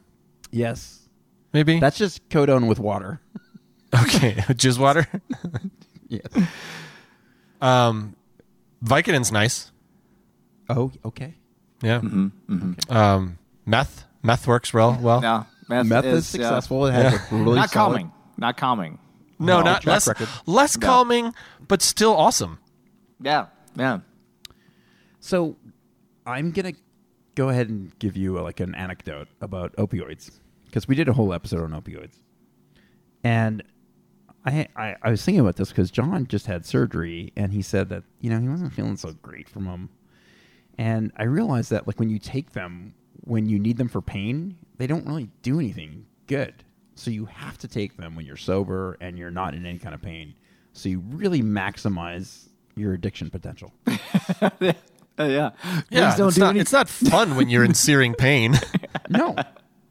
Speaker 1: Yes.
Speaker 3: Maybe
Speaker 1: That's just codone with water.
Speaker 3: okay. Jizz water.
Speaker 1: Yes.
Speaker 3: Um, Vicodin's nice.
Speaker 1: Oh, okay.
Speaker 3: Yeah. Um, meth meth works well. Well,
Speaker 2: No, meth,
Speaker 1: Meth is,
Speaker 2: yeah.
Speaker 1: successful. It has a really
Speaker 2: Not
Speaker 1: solid-
Speaker 2: calming. Not calming.
Speaker 3: no,
Speaker 1: No,
Speaker 3: not
Speaker 1: track
Speaker 3: less
Speaker 1: record.
Speaker 3: less calming, but still awesome.
Speaker 2: Yeah. Yeah.
Speaker 1: So, I'm gonna go ahead and give you uh, like an anecdote about opioids because we did a whole episode on opioids, and I I, I was thinking about this because John just had surgery and he said that you know he wasn't feeling so great from them, and I realized that like when you take them when you need them for pain they don't really do anything good, so you have to take them when you're sober and you're not in any kind of pain, so you really maximize your addiction potential.
Speaker 2: Uh, yeah.
Speaker 3: Yeah,
Speaker 2: Please don't
Speaker 3: it's,
Speaker 2: do
Speaker 3: not,
Speaker 2: any-
Speaker 3: it's not fun when you're in searing pain.
Speaker 1: no,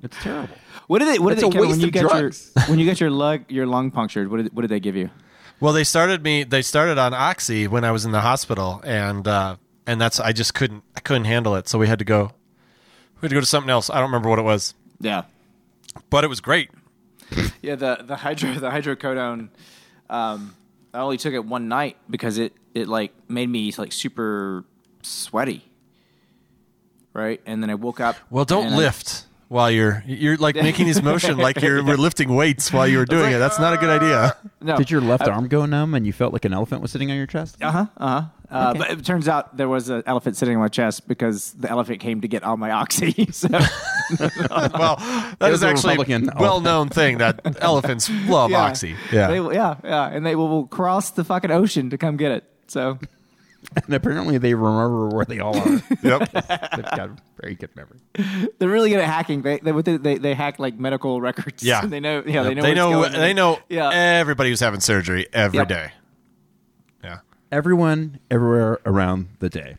Speaker 1: it's terrible.
Speaker 2: What did they? What
Speaker 1: It's
Speaker 2: did they?
Speaker 1: a
Speaker 2: Kevin,
Speaker 1: waste
Speaker 2: when you
Speaker 1: of
Speaker 2: got
Speaker 1: drugs.
Speaker 2: your when you got your lung your lung punctured, what did what did they give you?
Speaker 3: well, they started me. They started on oxy when I was in the hospital, and uh, and that's I just couldn't I couldn't handle it, so we had to go. We had to go to something else. I don't remember what it was,
Speaker 2: Yeah.
Speaker 3: but it was great.
Speaker 2: Yeah, the the hydro the hydrocodone. Um, I only took it one night because it it like made me like super sweaty, right? And then I woke up.
Speaker 3: Well, don't
Speaker 2: and I-
Speaker 3: lift while you're you're like making this motion like you're were lifting weights while you were doing it. That's not a good idea.
Speaker 2: no.
Speaker 1: Did your left arm go numb and you felt like an elephant was sitting on your chest?
Speaker 2: Uh-huh, uh-huh. Uh But it turns out there was an elephant sitting on my chest because the elephant came to get all my oxy. So
Speaker 3: Well, that
Speaker 1: It
Speaker 3: is
Speaker 1: was a
Speaker 3: actually
Speaker 1: Republican
Speaker 3: a well-known thing that elephants love
Speaker 2: yeah.
Speaker 3: oxy. Yeah.
Speaker 2: They, yeah, yeah. And they will, will cross the fucking ocean to come get it. So
Speaker 1: And apparently they remember where they all are.
Speaker 3: yep.
Speaker 1: They've got very good memory.
Speaker 2: they're really good at hacking. They they they, they, they hack like medical records.
Speaker 3: Yeah.
Speaker 2: they know. Yeah, they know.
Speaker 3: They
Speaker 2: where it's
Speaker 3: know
Speaker 2: going.
Speaker 3: they know eh.
Speaker 2: Yeah.
Speaker 3: everybody who's having surgery every
Speaker 2: Yep.
Speaker 3: day. Yeah.
Speaker 1: Everyone, everywhere around the day.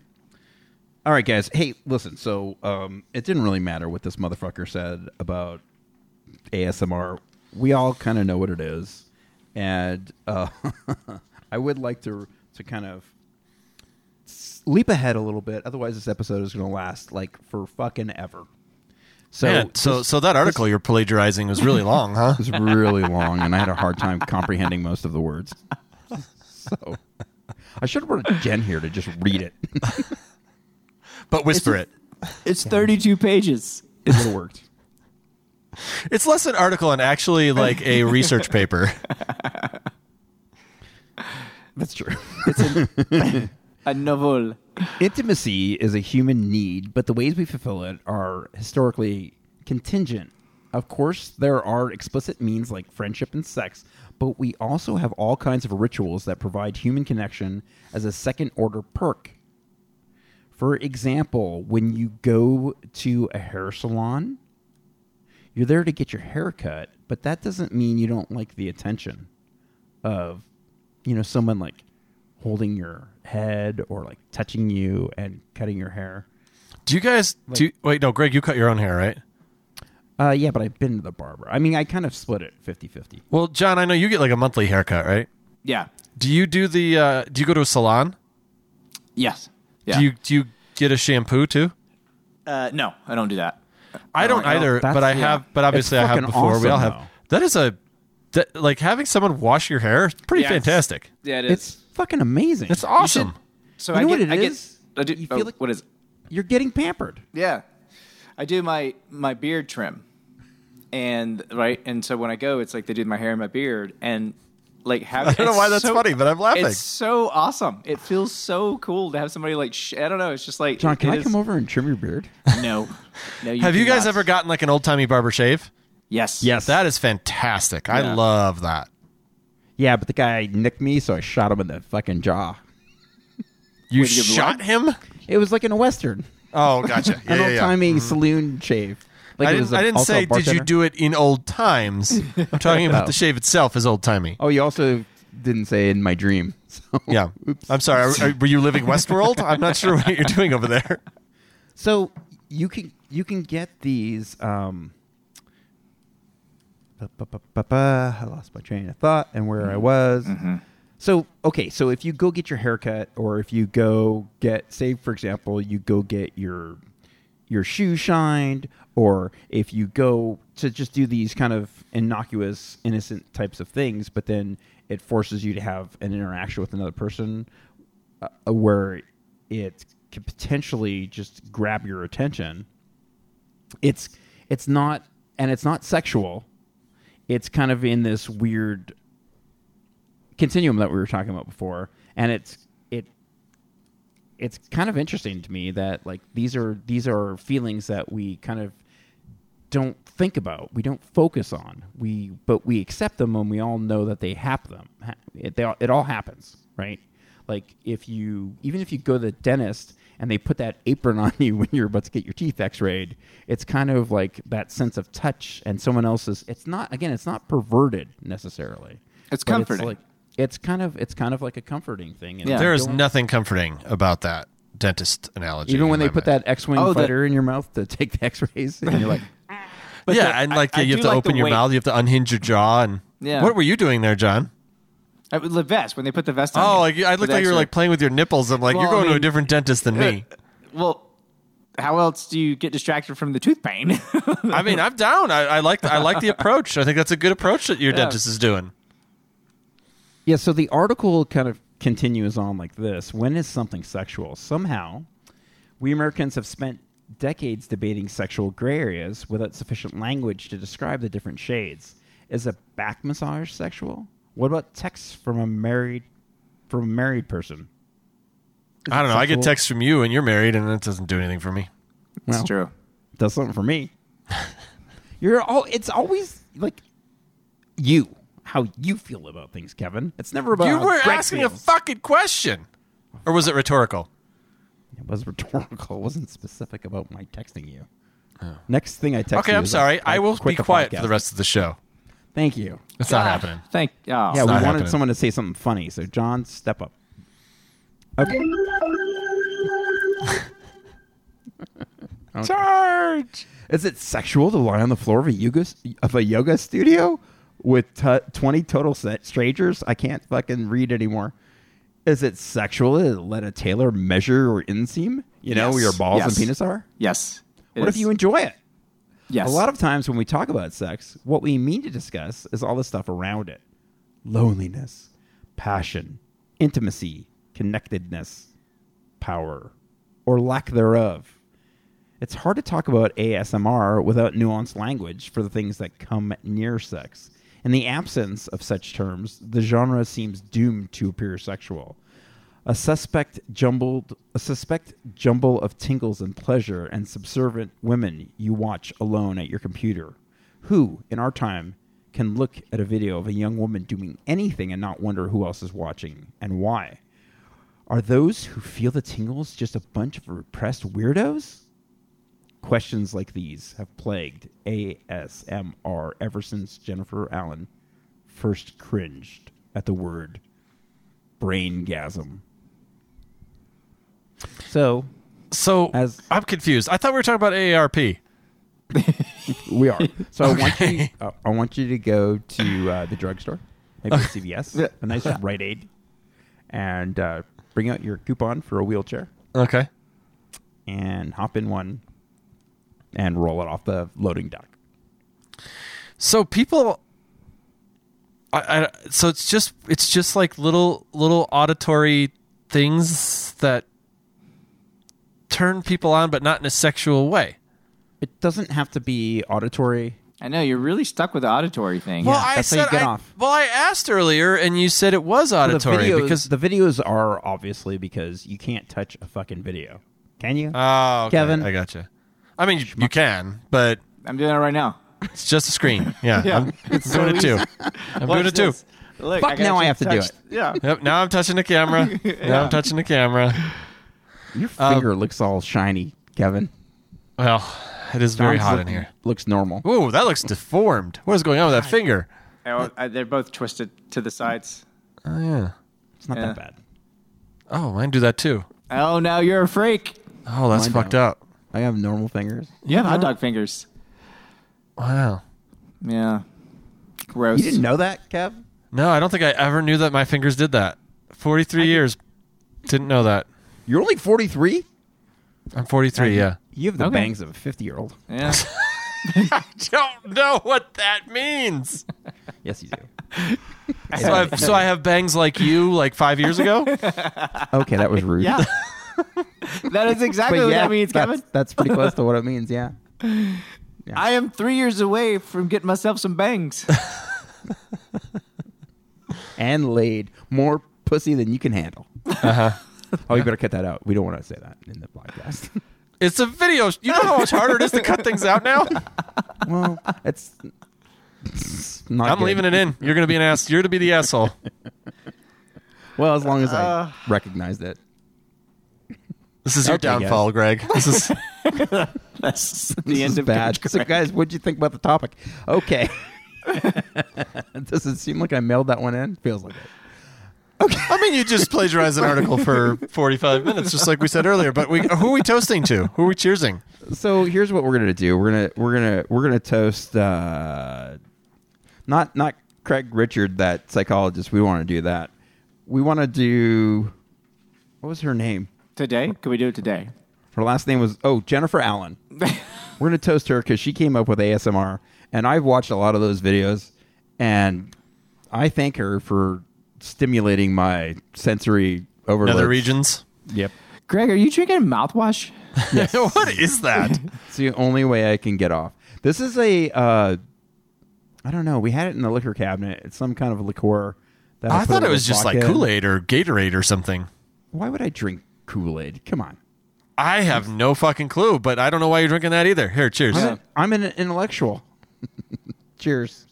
Speaker 1: All right, guys. Hey, listen. So um, it didn't really matter what this motherfucker said about ASMR. We all kind of know what it is, and uh, I would like to to kind of s- leap ahead a little bit. Otherwise, this episode is going to last like for fucking ever. So,
Speaker 3: Man, so
Speaker 1: this-
Speaker 3: so that article you're plagiarizing was really long, huh?
Speaker 1: It was really long, and I had a hard time comprehending most of the words. So I should have brought Jen here to just read it.
Speaker 3: But whisper it.
Speaker 2: It's thirty two pages.
Speaker 1: It would have worked.
Speaker 3: It's less an article and actually like a research paper.
Speaker 1: That's true.
Speaker 2: A novel.
Speaker 1: Intimacy is a human need, but the ways we fulfill it are historically contingent. Of course, there are explicit means like friendship and sex, but we also have all kinds of rituals that provide human connection as a second order perk. For example, when you go to a hair salon, you're there to get your hair cut, but that doesn't mean you don't like the attention of, you know, someone like holding your head or like touching you and cutting your hair.
Speaker 3: Do you guys do wait, no, Greg, you cut your own hair, right?
Speaker 1: Uh, yeah, but I've been to the barber. I mean, I kind of split it 50 50.
Speaker 3: Well, John, I know you get like a monthly haircut, right?
Speaker 2: Yeah.
Speaker 3: Do you do the uh do you go to a salon?
Speaker 2: Yes. Yeah.
Speaker 3: Do you do you get a shampoo too?
Speaker 2: uh, no, I don't do that.
Speaker 3: I don't
Speaker 2: I don't-
Speaker 3: either,
Speaker 1: that's-
Speaker 3: but I
Speaker 1: yeah.
Speaker 3: have but obviously
Speaker 1: It's
Speaker 3: I have
Speaker 1: fucking
Speaker 3: before. we
Speaker 1: awesome,
Speaker 3: all have
Speaker 1: though.
Speaker 3: that is a that, like having someone wash your hair is pretty
Speaker 2: Yeah, it's-
Speaker 3: fantastic.
Speaker 2: Yeah, it is.
Speaker 1: It's fucking amazing.
Speaker 3: It's awesome.
Speaker 2: so
Speaker 1: you
Speaker 2: I
Speaker 1: know
Speaker 2: get,
Speaker 1: what it
Speaker 2: I get-
Speaker 1: is?
Speaker 2: I do,
Speaker 1: You
Speaker 2: oh,
Speaker 1: feel like-
Speaker 2: what is? it?
Speaker 1: You're getting pampered.
Speaker 2: Yeah, I do my my beard trim, and right, and so when I go, it's like they do my hair and my beard, and like have. I
Speaker 3: don't know why that's funny, but I'm laughing.
Speaker 2: It's so awesome. It feels so cool to have somebody like. Sh- I don't know. It's just like
Speaker 1: John, can
Speaker 2: it
Speaker 1: I
Speaker 2: is-
Speaker 1: come over and trim your beard?
Speaker 2: No, no. You
Speaker 3: have you
Speaker 2: do
Speaker 3: guys
Speaker 2: not.
Speaker 3: ever gotten like an old timey barber shave?
Speaker 2: Yes.
Speaker 3: That is fantastic. I
Speaker 2: Yeah.
Speaker 3: love that.
Speaker 1: Yeah, but the guy nicked me, so I shot him in the fucking jaw.
Speaker 3: You
Speaker 2: to give
Speaker 3: shot
Speaker 2: blood?
Speaker 3: him?
Speaker 1: It was like in a Western,
Speaker 3: Oh, gotcha. Yeah,
Speaker 1: an
Speaker 3: yeah, Mm-hmm.
Speaker 1: old
Speaker 3: yeah.
Speaker 1: timey saloon shave. Like
Speaker 3: I
Speaker 1: it
Speaker 3: didn't,
Speaker 1: was a-
Speaker 3: I didn't
Speaker 1: also a
Speaker 3: say, did you
Speaker 1: bartender.
Speaker 3: do it in old times? I'm talking about
Speaker 1: No.
Speaker 3: the shave itself is old timey.
Speaker 1: Oh, you also didn't say in my dream. So
Speaker 3: Yeah. I'm sorry. Are, are- were you living Westworld? I'm not sure what you're doing over there.
Speaker 1: So you can you can get these. Um, ba- ba- ba- ba- ba, I lost my train of thought and where I was. So okay, so if you go get your haircut, or if you go get, say for example, you go get your your shoe shined, or if you go to just do these kind of innocuous, innocent types of things, but then it forces you to have an interaction with another person uh, where it could potentially just grab your attention. It's it's not and it's not sexual. It's kind of in this weird continuum that we were talking about before, and it's it it's kind of interesting to me that like these are these are feelings that we kind of don't think about, we don't focus on, we but we accept them, and we all know that they happen. Them, Ha- it, they all, it all happens, right? Like if you, even if you go to the dentist and they put that apron on you when you're about to get your teeth X-rayed, it's kind of like that sense of touch and someone else's. It's not again, it's not perverted necessarily.
Speaker 2: It's
Speaker 1: But
Speaker 2: comforting.
Speaker 1: like, it's kind of it's kind of like a comforting thing. And
Speaker 2: Yeah.
Speaker 1: I
Speaker 3: There is
Speaker 1: don't-
Speaker 3: nothing comforting about that dentist analogy.
Speaker 1: even
Speaker 3: in
Speaker 1: when they
Speaker 3: my
Speaker 1: put
Speaker 3: mind.
Speaker 1: that X-wing
Speaker 2: Oh, the-
Speaker 1: fighter in your mouth to take the X-rays, and you're like,
Speaker 3: yeah,
Speaker 2: the-
Speaker 3: and like
Speaker 2: I- I do
Speaker 3: you have to
Speaker 2: like the
Speaker 3: open your
Speaker 2: way-
Speaker 3: mouth, you have to unhinge your jaw, and
Speaker 2: Yeah.
Speaker 3: what were you doing there, John?
Speaker 2: I, the vest when they put the vest on.
Speaker 3: Oh,
Speaker 2: you,
Speaker 3: like, I
Speaker 2: with
Speaker 3: looked like you were
Speaker 2: X-ray.
Speaker 3: like playing with your nipples. I'm like,
Speaker 2: Well,
Speaker 3: you're going
Speaker 2: I
Speaker 3: to a
Speaker 2: mean-
Speaker 3: different dentist than me.
Speaker 2: Well, how else do you get distracted from the tooth pain?
Speaker 3: I mean, I'm down. I, I like I like the approach. I think that's a good approach that your
Speaker 2: Yeah.
Speaker 3: dentist is doing.
Speaker 1: Yeah, so the article kind of continues on like this When is something sexual? Somehow, we Americans have spent decades debating sexual gray areas without sufficient language to describe the different shades. Is a back massage sexual? What about texts from a married from a married person? Is
Speaker 3: I
Speaker 1: it
Speaker 3: don't know. I get
Speaker 1: sexual?
Speaker 3: texts from you, and you're married, and it doesn't do anything for me.
Speaker 1: Well,
Speaker 2: That's true.
Speaker 1: does something for me. You're all. It's always like you, how you feel about things, Kevin. It's never about
Speaker 3: you
Speaker 1: how
Speaker 3: were
Speaker 1: Greg
Speaker 3: asking a
Speaker 1: feels.
Speaker 3: fucking question, or was it rhetorical?
Speaker 1: It was rhetorical. It wasn't specific about my texting you. Next thing I text
Speaker 3: Oh. Okay,
Speaker 1: you
Speaker 3: I'm
Speaker 1: is
Speaker 3: sorry.
Speaker 1: I
Speaker 3: I will be
Speaker 1: quit the
Speaker 3: quiet for
Speaker 1: podcast.
Speaker 3: the rest of the show.
Speaker 1: Thank you.
Speaker 3: It's not happening.
Speaker 2: Thank. Oh,
Speaker 1: yeah, we
Speaker 3: not
Speaker 1: wanted
Speaker 3: happening.
Speaker 1: someone to say something funny, so John, step up. Okay.
Speaker 3: Charge.
Speaker 1: Is it sexual to lie on the floor of a yoga of a yoga studio with t- twenty total set strangers? I can't fucking read anymore. Is it sexual to let a tailor measure your inseam? You know
Speaker 2: Yes.
Speaker 1: where your balls and
Speaker 2: Yes.
Speaker 1: penis are.
Speaker 2: Yes. It
Speaker 1: What if
Speaker 2: is.
Speaker 1: you enjoy it?
Speaker 2: Yes.
Speaker 1: A lot of times when we talk about sex, what we mean to discuss is all the stuff around it loneliness, passion, intimacy, connectedness, power, or lack thereof. It's hard to talk about ASMR without nuanced language for the things that come near sex. In the absence of such terms, the genre seems doomed to appear sexual. A suspect jumbled a suspect jumble of tingles and pleasure and subservient women you watch alone at your computer. Who, in our time, can look at a video of a young woman doing anything and not wonder who else is watching and why? Are those who feel the tingles just a bunch of repressed weirdos? Questions like these have plagued ASMR ever since Jennifer Allen first cringed at the word braingasm. So
Speaker 3: So
Speaker 1: As-
Speaker 3: I'm confused. I thought we were talking about AARP.
Speaker 1: we are. So I want you. Uh, I want you to go to uh, the drugstore, maybe the CVS, a nice Rite Aid, and uh, bring out your coupon for a wheelchair
Speaker 3: Okay.
Speaker 1: and hop in one, and roll it off the loading dock.
Speaker 3: So people, I, I so it's just it's just like little little auditory things that turn people on, but not in a sexual way.
Speaker 1: It doesn't have to be auditory.
Speaker 2: I know you're really stuck with the auditory thing.
Speaker 3: Well,
Speaker 1: Yeah,
Speaker 3: I
Speaker 1: that's how
Speaker 3: said
Speaker 1: you get
Speaker 3: I,
Speaker 1: off.
Speaker 3: well, I asked earlier, and you said it was auditory
Speaker 1: the videos,
Speaker 3: because
Speaker 1: the videos are obviously because you can't touch a fucking video. Can you?
Speaker 3: oh, okay,
Speaker 1: Kevin.
Speaker 3: I gotcha. I mean, you, you can, but
Speaker 2: I'm doing it right now.
Speaker 3: it's just a screen. Yeah,
Speaker 2: Yeah.
Speaker 3: I'm, I'm doing it too. I'm doing it too.
Speaker 2: Look,
Speaker 1: Fuck,
Speaker 2: gotta
Speaker 1: now I
Speaker 2: actually
Speaker 1: have to do
Speaker 2: touch-
Speaker 1: it.
Speaker 2: Yeah.
Speaker 3: Yep. Now I'm touching the camera. Now I'm touching the camera.
Speaker 1: Your finger
Speaker 3: um,
Speaker 1: looks all shiny, Kevin.
Speaker 3: Well, it is very
Speaker 1: John's
Speaker 3: hot
Speaker 1: look-
Speaker 3: in here.
Speaker 1: Looks normal.
Speaker 3: Ooh, that looks deformed. What is going on with that finger?
Speaker 2: Oh, I- They're both twisted to the sides.
Speaker 3: Oh yeah.
Speaker 1: It's not
Speaker 2: Yeah.
Speaker 1: that bad.
Speaker 3: Oh, mine do that too.
Speaker 2: Oh, now you're a freak.
Speaker 3: Oh, that's
Speaker 1: Mine
Speaker 3: fucked
Speaker 1: don't.
Speaker 3: up.
Speaker 1: I have normal fingers.
Speaker 2: You have hot dog fingers.
Speaker 3: Wow.
Speaker 2: Yeah. Gross.
Speaker 1: You didn't know that, Kev?
Speaker 3: No, I don't think I ever knew that my fingers did that. Forty-three years. Didn't know that.
Speaker 1: You're only 43?
Speaker 3: I'm 43. Yeah.
Speaker 1: You have the
Speaker 2: Okay.
Speaker 1: bangs of a 50 year old.
Speaker 2: Yeah.
Speaker 3: Don't know what that means.
Speaker 1: Yes, you do.
Speaker 3: So I, so I have bangs like you, like five years ago.
Speaker 1: okay, that was rude.
Speaker 2: yeah. that is exactly what that means,
Speaker 1: that's,
Speaker 2: Kevin.
Speaker 1: That's pretty close to what it means, yeah.
Speaker 2: I am three years away from getting myself some bangs.
Speaker 1: And laid more pussy than you can handle. oh, you better cut that out. We don't want to say that in the podcast.
Speaker 3: It's a video. You know how much harder it is to cut things out now.
Speaker 1: well, it's, it's not.
Speaker 3: I'm
Speaker 1: good.
Speaker 3: leaving it in. You're gonna be an ass. You're gonna be the asshole.
Speaker 1: Well, as long as
Speaker 2: Uh.
Speaker 1: I recognized it.
Speaker 3: This is your
Speaker 1: Okay, guys.
Speaker 3: downfall, Greg. This is.
Speaker 2: That's the
Speaker 1: This
Speaker 2: end
Speaker 1: is
Speaker 2: of
Speaker 1: bad.
Speaker 2: Coach
Speaker 1: So,
Speaker 2: Greg.
Speaker 1: guys, what'd you think about the topic? Okay. Does it seem like I mailed that one in? Feels like it.
Speaker 3: I mean, you just plagiarized an article for 45 minutes, just like we said earlier. But we, who are we toasting to? Who are we cheersing?
Speaker 1: so here's what we're gonna do. We're gonna we're gonna we're gonna toast uh, not not Craig Richard, that psychologist. We want to do that. We want to do what was her name?
Speaker 2: Today? Can we do it today?
Speaker 1: Her last name was oh Jennifer Allen. We're gonna toast her because she came up with ASMR, and I've watched a lot of those videos, and I thank her for stimulating my sensory overload.
Speaker 3: Other regions?
Speaker 1: Yep.
Speaker 2: Greg, are you drinking mouthwash?
Speaker 3: what is that?
Speaker 1: It's the only way I can get off. This is a, uh, I don't know. We had it in the liquor cabinet. It's some kind of liqueur. That
Speaker 3: I
Speaker 1: put
Speaker 3: thought
Speaker 1: a
Speaker 3: it was
Speaker 1: little
Speaker 3: just like
Speaker 1: vodka in.
Speaker 3: Kool Aid or Gatorade or something.
Speaker 1: Why would I drink Kool Aid? Come on.
Speaker 3: I have no fucking clue, but I don't know why you're drinking that either. Here, cheers.
Speaker 1: I'm, an, I'm an intellectual. Cheers.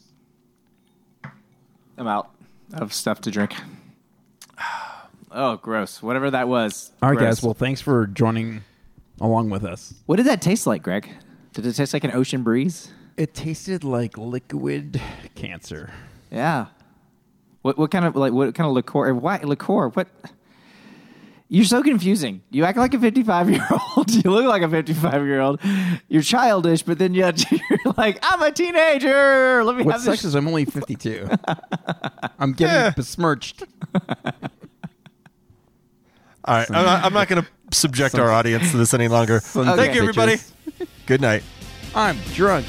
Speaker 2: I'm out of stuff to drink. Oh, gross. Whatever that was.
Speaker 1: All right,
Speaker 2: Gross.
Speaker 1: guys. Well, thanks for joining along with us.
Speaker 2: what did that taste like, Greg? Did it taste like an ocean breeze?
Speaker 1: It tasted like liquid cancer.
Speaker 2: Yeah. What what kind of like what kind of liqueur? eh, Why liqueur? What? You're so confusing. You act like a 55 year old. You look like a 55 year old. You're childish, but then yet you're like, I'm a teenager. Let me
Speaker 1: What
Speaker 2: have
Speaker 1: sucks
Speaker 2: this.
Speaker 1: is I'm only 52. I'm getting besmirched.
Speaker 3: All right. I'm not, I'm not going to subject our audience to this any longer.
Speaker 1: Sons
Speaker 2: of
Speaker 3: Thank you, everybody.
Speaker 1: bitches.
Speaker 3: Good night.
Speaker 1: I'm drunk.